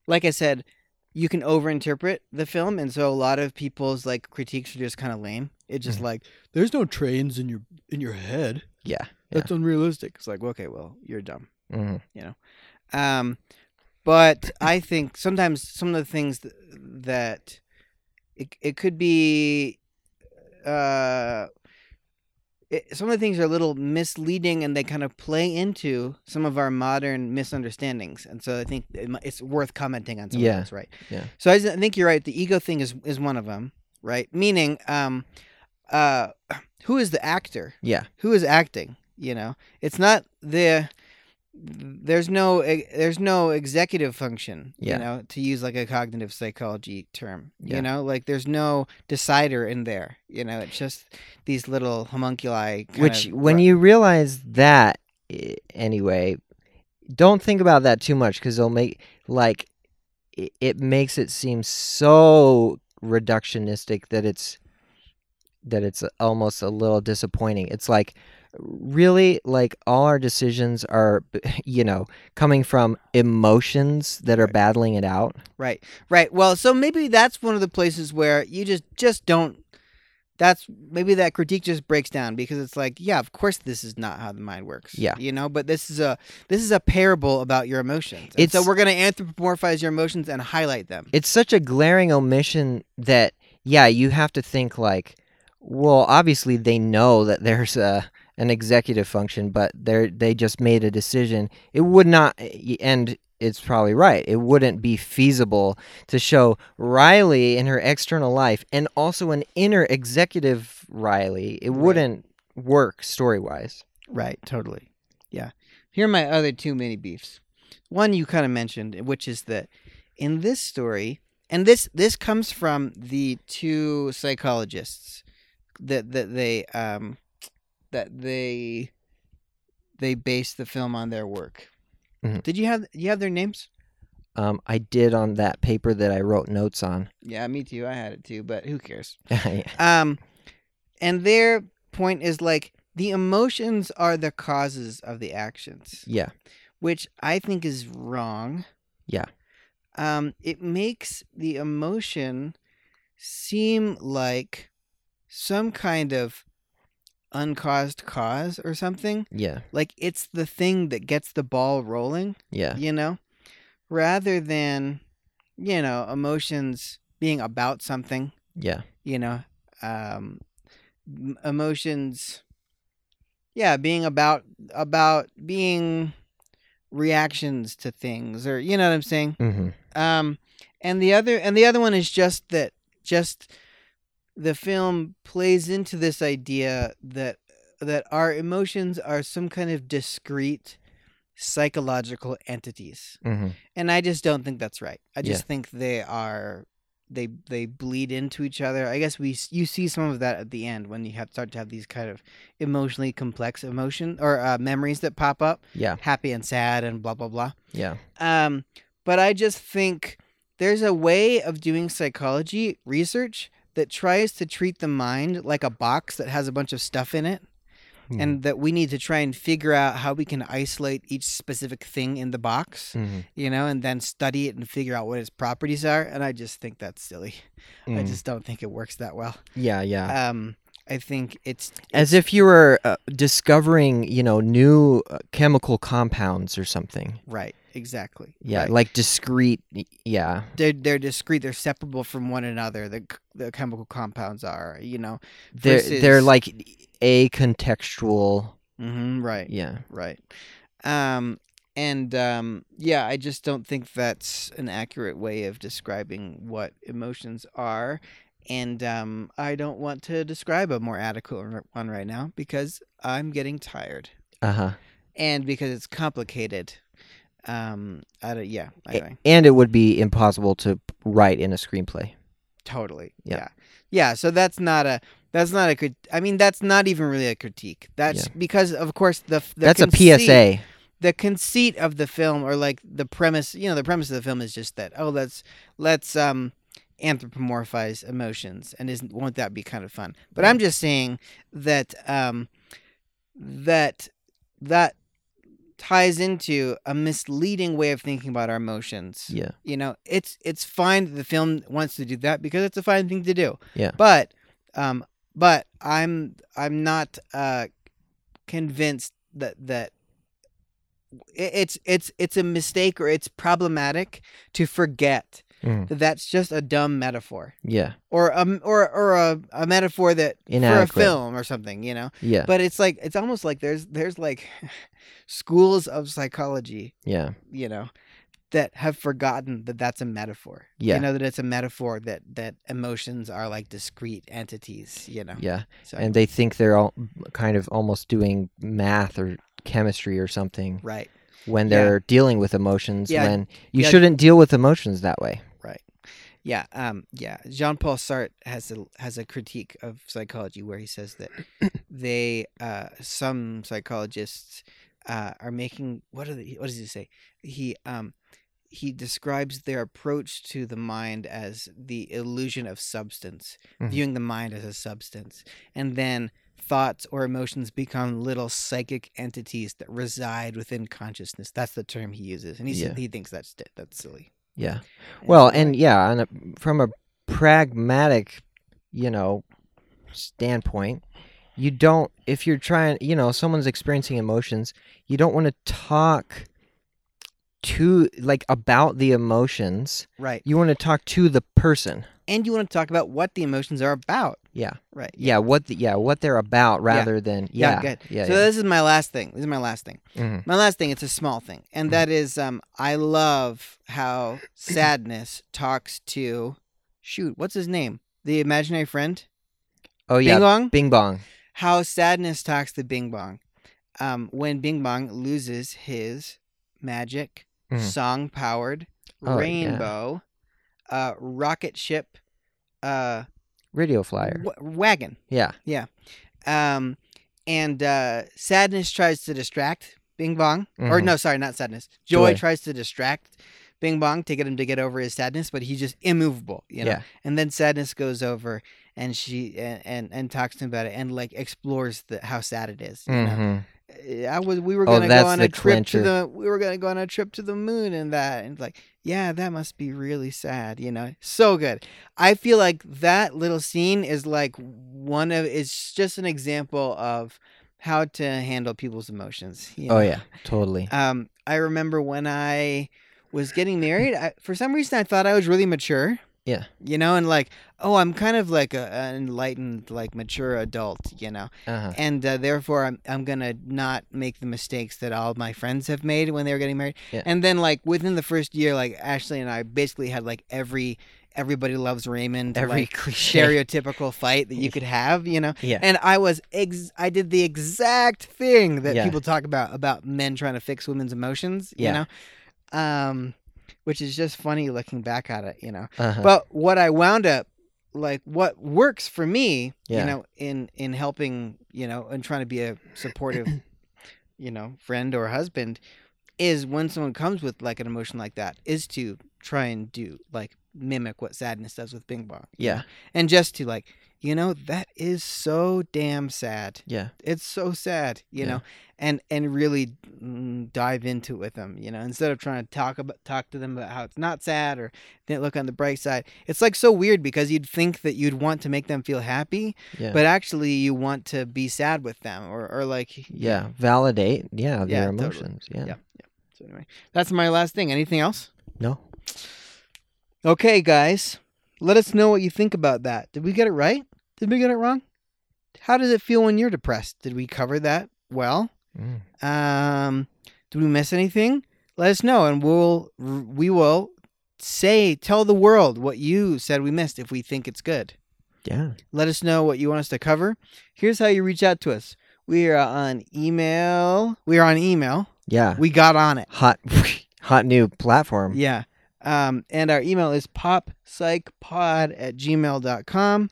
Speaker 2: like I said, you can overinterpret the film, and so a lot of people's like critiques are just kind of lame. It's just
Speaker 3: Mhm.
Speaker 2: like there's no trains in your in your head.
Speaker 3: yeah Yeah.
Speaker 2: That's unrealistic. It's like okay, well, you're dumb.
Speaker 3: Mhm.
Speaker 2: Um, but I think sometimes some of the things th- that it, it could be, uh, it, some of the things are a little misleading and they kind of play into some of our modern misunderstandings. And so I think it, mi- it's worth commenting on some
Speaker 3: Yeah.
Speaker 2: of those, right?
Speaker 3: Yeah.
Speaker 2: So I, s- I think you're right. The ego thing is, is one of them, right? Meaning, um, uh, who is the actor?
Speaker 3: yeah
Speaker 2: who is acting you know it's not the there's no e, there's no executive function
Speaker 3: Yeah.
Speaker 2: you know to use like a cognitive psychology term
Speaker 3: Yeah.
Speaker 2: you know like there's no decider in there you know it's just these little homunculi kind
Speaker 3: Which,
Speaker 2: of-
Speaker 3: when you realize that, i- anyway, don't think about that too much because it'll make like it, it makes it seem so reductionistic that it's that it's almost a little disappointing. It's like really like all our decisions are b- you know coming from emotions that are
Speaker 2: Right.
Speaker 3: battling it out.
Speaker 2: right right well so maybe that's one of the places where you just just don't that's maybe that critique just breaks down because it's like yeah of course this is not how the mind works
Speaker 3: Yeah.
Speaker 2: you know but this is a this is a parable about your emotions and so
Speaker 3: It's-
Speaker 2: we're going to anthropomorphize your emotions and highlight them
Speaker 3: it's such a glaring omission that yeah you have to think like well obviously they know that there's a an executive function but they they just made a decision it would not eh, and it's probably right it wouldn't be feasible to show Riley in her external life and also an inner executive Riley it
Speaker 2: Right.
Speaker 3: wouldn't work story wise
Speaker 2: Right, totally. Yeah. Here are my other two mini beefs. One you kind of mentioned, which is that in this story, and this this comes from the two psychologists that that they um that they they based the film on their work.
Speaker 3: Mhm.
Speaker 2: Did you have you have their names?
Speaker 3: um, I did on that paper that I wrote notes on
Speaker 2: Yeah, me too. I had it too, but who cares?
Speaker 3: yeah
Speaker 2: Um, and their point is like the emotions are the causes of the actions.
Speaker 3: yeah
Speaker 2: which I think is wrong.
Speaker 3: Yeah.
Speaker 2: Um, it makes the emotion seem like some kind of uncaused cause or something.
Speaker 3: yeah
Speaker 2: Like it's the thing that gets the ball rolling,
Speaker 3: yeah
Speaker 2: you know, rather than, you know, emotions being about something
Speaker 3: yeah
Speaker 2: you know um m- emotions yeah being about about being reactions to things or you know what i'm saying
Speaker 3: hmm
Speaker 2: um and the other and the other one is just that just the film plays into this idea that that our emotions are some kind of discrete psychological entities
Speaker 3: hmm
Speaker 2: and I just don't think that's right. I just
Speaker 3: Yeah.
Speaker 2: think they are they they bleed into each other. I guess we s- you see some of that at the end when you have start to have these kind of emotionally complex emotion or uh, memories that pop up,
Speaker 3: Yeah.
Speaker 2: happy and sad and blah blah blah.
Speaker 3: Yeah.
Speaker 2: Um, but I just think there's a way of doing psychology research that tries to treat the mind like a box that has a bunch of stuff in it
Speaker 3: Hmm.
Speaker 2: and that we need to try and figure out how we can isolate each specific thing in the box
Speaker 3: Mhm.
Speaker 2: you know, and then study it and figure out what its properties are. And I just think that's silly. I
Speaker 3: Mm.
Speaker 2: just don't think it works that well.
Speaker 3: yeah, yeah.
Speaker 2: Um, I think it's
Speaker 3: As if you were uh, discovering, you know, new uh, chemical compounds or something.
Speaker 2: right, exactly.
Speaker 3: Yeah,
Speaker 2: right.
Speaker 3: like discrete. y- Yeah.
Speaker 2: they're they're discrete. They're separable from one another. The c- the chemical compounds are, you know,
Speaker 3: They're they're
Speaker 2: Versus-
Speaker 3: like a contextual.
Speaker 2: hmm right.
Speaker 3: Yeah.
Speaker 2: right um and um yeah i just don't think that's an accurate way of describing what emotions are and um i don't want to describe a more adequate r- one right now because i'm getting tired
Speaker 3: Uh huh.
Speaker 2: Uh-huh. and because it's complicated um i don't yeah anyway
Speaker 3: And it would be impossible to p- write in a screenplay.
Speaker 2: totally
Speaker 3: Yeah.
Speaker 2: yeah yeah so that's not a that's not a good i mean that's not even really a critique that's because of course the, f- the
Speaker 3: That's a
Speaker 2: conceit-
Speaker 3: PSA.
Speaker 2: the conceit of the film or like the premise you know the premise of the film is just that oh let's let's um anthropomorphize emotions and isn't won't that be kind of fun but i'm just saying that um that that ties into a misleading way of thinking about our emotions
Speaker 3: Yeah.
Speaker 2: you know it's it's fine that the film wants to do that because it's a fine thing to do
Speaker 3: Yeah.
Speaker 2: but um but i'm i'm not uh convinced that that i- it's it's it's a mistake or it's problematic to forget
Speaker 3: Mm.
Speaker 2: that that's just a dumb metaphor
Speaker 3: Yeah.
Speaker 2: or um or or a, a metaphor that for
Speaker 3: Inadequate.
Speaker 2: a film or something you know
Speaker 3: Yeah.
Speaker 2: but it's like it's almost like there's there's like schools of psychology
Speaker 3: yeah.
Speaker 2: you know that have forgotten that that's a metaphor
Speaker 3: Yeah.
Speaker 2: you know that it's a metaphor that that emotions are like discrete entities you know
Speaker 3: Yeah.
Speaker 2: so
Speaker 3: And they think they're all kind of almost doing math or chemistry or something
Speaker 2: right
Speaker 3: when
Speaker 2: Yeah.
Speaker 3: they're dealing with emotions
Speaker 2: Yeah.
Speaker 3: when you
Speaker 2: Yeah.
Speaker 3: shouldn't deal with emotions that way.
Speaker 2: yeah um yeah jean-paul sartre has a has a critique of psychology where he says that they uh some psychologists uh are making what are they what does he say he um he describes their approach to the mind as the illusion of substance,
Speaker 3: Mhm.
Speaker 2: viewing the mind as a substance. And then thoughts or emotions become little psychic entities that reside within consciousness. That's the term he uses. And he, said
Speaker 3: Yeah.
Speaker 2: he thinks that's di- that's silly.
Speaker 3: Yeah. Well,
Speaker 2: so I-
Speaker 3: and yeah, on a, from a pragmatic, you know, standpoint, you don't if you're trying, you know, someone's experiencing emotions, you don't want to talk to like about the emotions.
Speaker 2: right.
Speaker 3: You want to talk to the person.
Speaker 2: And you want to talk about what the emotions are about.
Speaker 3: Yeah.
Speaker 2: Right.
Speaker 3: Yeah, what the, yeah, what they're about rather than
Speaker 2: Yeah,
Speaker 3: yeah.
Speaker 2: good.
Speaker 3: Yeah.
Speaker 2: so
Speaker 3: yeah.
Speaker 2: this is my last thing. This is my last thing.
Speaker 3: Mhm.
Speaker 2: My last thing, it's a small thing. And
Speaker 3: Mhm.
Speaker 2: that is um I love how sadness talks to shoot, what's his name? The imaginary friend?
Speaker 3: Oh yeah.
Speaker 2: Bing Bong?
Speaker 3: Bing bong.
Speaker 2: How sadness talks to Bing Bong. Um, when Bing Bong loses his magic,
Speaker 3: Mhm.
Speaker 2: song powered,
Speaker 3: Oh, yeah.
Speaker 2: rainbow, uh, rocket ship, uh,
Speaker 3: Radio flyer.
Speaker 2: wa- wagon.
Speaker 3: Yeah.
Speaker 2: Um, and uh, sadness tries to distract Bing Bong. Or
Speaker 3: Mhm.
Speaker 2: no, sorry, not sadness. Joy,
Speaker 3: Joy.
Speaker 2: tries to distract Bing Bong to get him to get over his sadness, but he's just immovable. You know?
Speaker 3: Yeah.
Speaker 2: And then sadness goes over, and she and and, and talks to him about it, and like explores the how sad it is. You know.
Speaker 3: Mhm.
Speaker 2: Uh, I was we were
Speaker 3: Oh,
Speaker 2: gonna go
Speaker 3: that's
Speaker 2: on
Speaker 3: the
Speaker 2: a trip
Speaker 3: clincher.
Speaker 2: to the we were gonna go on a trip to the moon and that and like yeah that must be really sad you know so good I feel like that little scene is like one of it's just an example of how to handle people's emotions you
Speaker 3: Oh
Speaker 2: know?
Speaker 3: yeah, totally.
Speaker 2: um I remember when I was getting married I, for some reason I thought I was really mature
Speaker 3: Yeah.
Speaker 2: you know and like oh I'm kind of like a, an enlightened like mature adult you know
Speaker 3: Uh-huh.
Speaker 2: and uh, therefore I'm, I'm gonna not make the mistakes that all my friends have made when they were getting married
Speaker 3: Yeah.
Speaker 2: and then like within the first year like ashley and i basically had like every everybody loves raymond
Speaker 3: Every
Speaker 2: like,
Speaker 3: cliche.
Speaker 2: stereotypical fight that you could have you know
Speaker 3: Yeah.
Speaker 2: and i was ex- i did the exact thing that
Speaker 3: Yeah.
Speaker 2: people talk about about men trying to fix women's emotions
Speaker 3: Yeah.
Speaker 2: you know um which is just funny looking back at it, you know.
Speaker 3: Uh-huh.
Speaker 2: But what I wound up like what works for me,
Speaker 3: Yeah.
Speaker 2: you know, in in helping, you know, and trying to be a supportive, you know, friend or husband is when someone comes with like an emotion like that is to try and do like mimic what sadness does with Bing Bong.
Speaker 3: yeah,
Speaker 2: And just to like, you know, that is so damn sad
Speaker 3: yeah,
Speaker 2: it's so sad you
Speaker 3: Yeah.
Speaker 2: know and and really mm, dive into it with them you know instead of trying to talk about talk to them about how it's not sad or then look on the bright side it's like so weird because you'd think that you'd want to make them feel happy
Speaker 3: yeah.
Speaker 2: but actually you want to be sad with them or, or like you
Speaker 3: yeah,
Speaker 2: know.
Speaker 3: validate. Yeah,
Speaker 2: Yeah,
Speaker 3: their
Speaker 2: totally.
Speaker 3: emotions. Yeah.
Speaker 2: Yeah. so anyway that's my last thing anything else
Speaker 3: No.
Speaker 2: okay guys let us know what you think about that did we get it right did we get it wrong how does it feel when you're depressed did we cover that well
Speaker 3: Mm.
Speaker 2: Um, do we miss anything? Let us know, and we'll we will say tell the world what you said we missed if we think it's good.
Speaker 3: Yeah.
Speaker 2: Let us know what you want us to cover. Here's how you reach out to us. We are on email. We are on email.
Speaker 3: Yeah.
Speaker 2: We got on it.
Speaker 3: Hot, hot new platform.
Speaker 2: Yeah. Um, and our email is poppsychpod at gmail.com.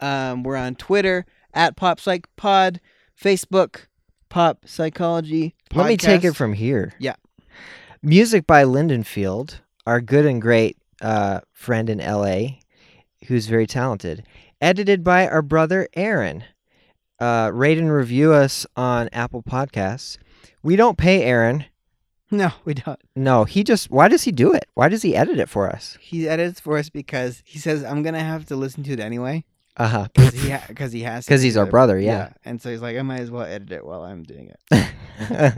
Speaker 2: Um, we're on Twitter at poppsychpod, Facebook, pop psychology.
Speaker 3: Let me take it
Speaker 2: Podcast.
Speaker 3: from here.
Speaker 2: Yeah.
Speaker 3: Music by Lindenfield, our good and great uh, friend in LA, who's very talented. Edited by our brother Aaron. Uh, rate and review us on Apple Podcasts. We don't pay Aaron.
Speaker 2: No, we don't.
Speaker 3: No, he just. Why does he do it? Why does he edit it for us?
Speaker 2: he edits for us because he says I'm gonna have to listen to it anyway
Speaker 3: Uh huh.
Speaker 2: because he because he has to
Speaker 3: 'Cause he's
Speaker 2: do
Speaker 3: our
Speaker 2: it.
Speaker 3: brother, yeah.
Speaker 2: and so he's like I might as well edit it while I'm doing it.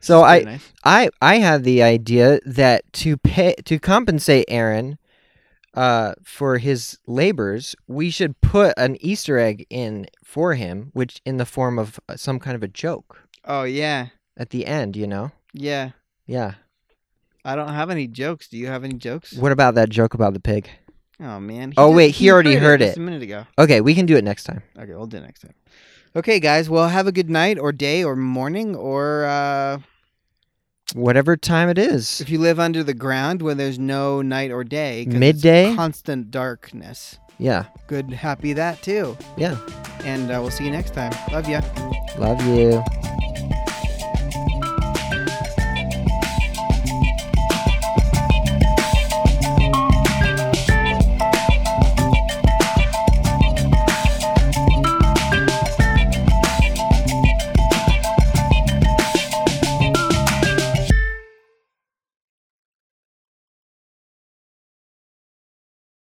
Speaker 3: so
Speaker 2: It's
Speaker 3: I,
Speaker 2: pretty nice.
Speaker 3: I I had the idea that to pay to compensate Aaron uh, for his labors, we should put an Easter egg in for him, which in the form of uh, some kind of a joke
Speaker 2: oh yeah
Speaker 3: at the end. You know,
Speaker 2: yeah
Speaker 3: yeah.
Speaker 2: I don't have any jokes. Do you have any jokes?
Speaker 3: What about that joke about the pig?
Speaker 2: Oh man.
Speaker 3: Oh, wait, he already heard
Speaker 2: just
Speaker 3: it.
Speaker 2: a minute ago.
Speaker 3: Okay, we can do it next time.
Speaker 2: Okay, we'll do it next time. Okay, guys. Well, have a good night or day or morning or uh,
Speaker 3: Whatever time it is,
Speaker 2: if you live under the ground where there's no night or day, 'cause it's
Speaker 3: Midday?
Speaker 2: constant darkness.
Speaker 3: yeah,
Speaker 2: Good, happy that too.
Speaker 3: yeah.
Speaker 2: And uh, we'll see you next time. Love ya.
Speaker 3: Love you.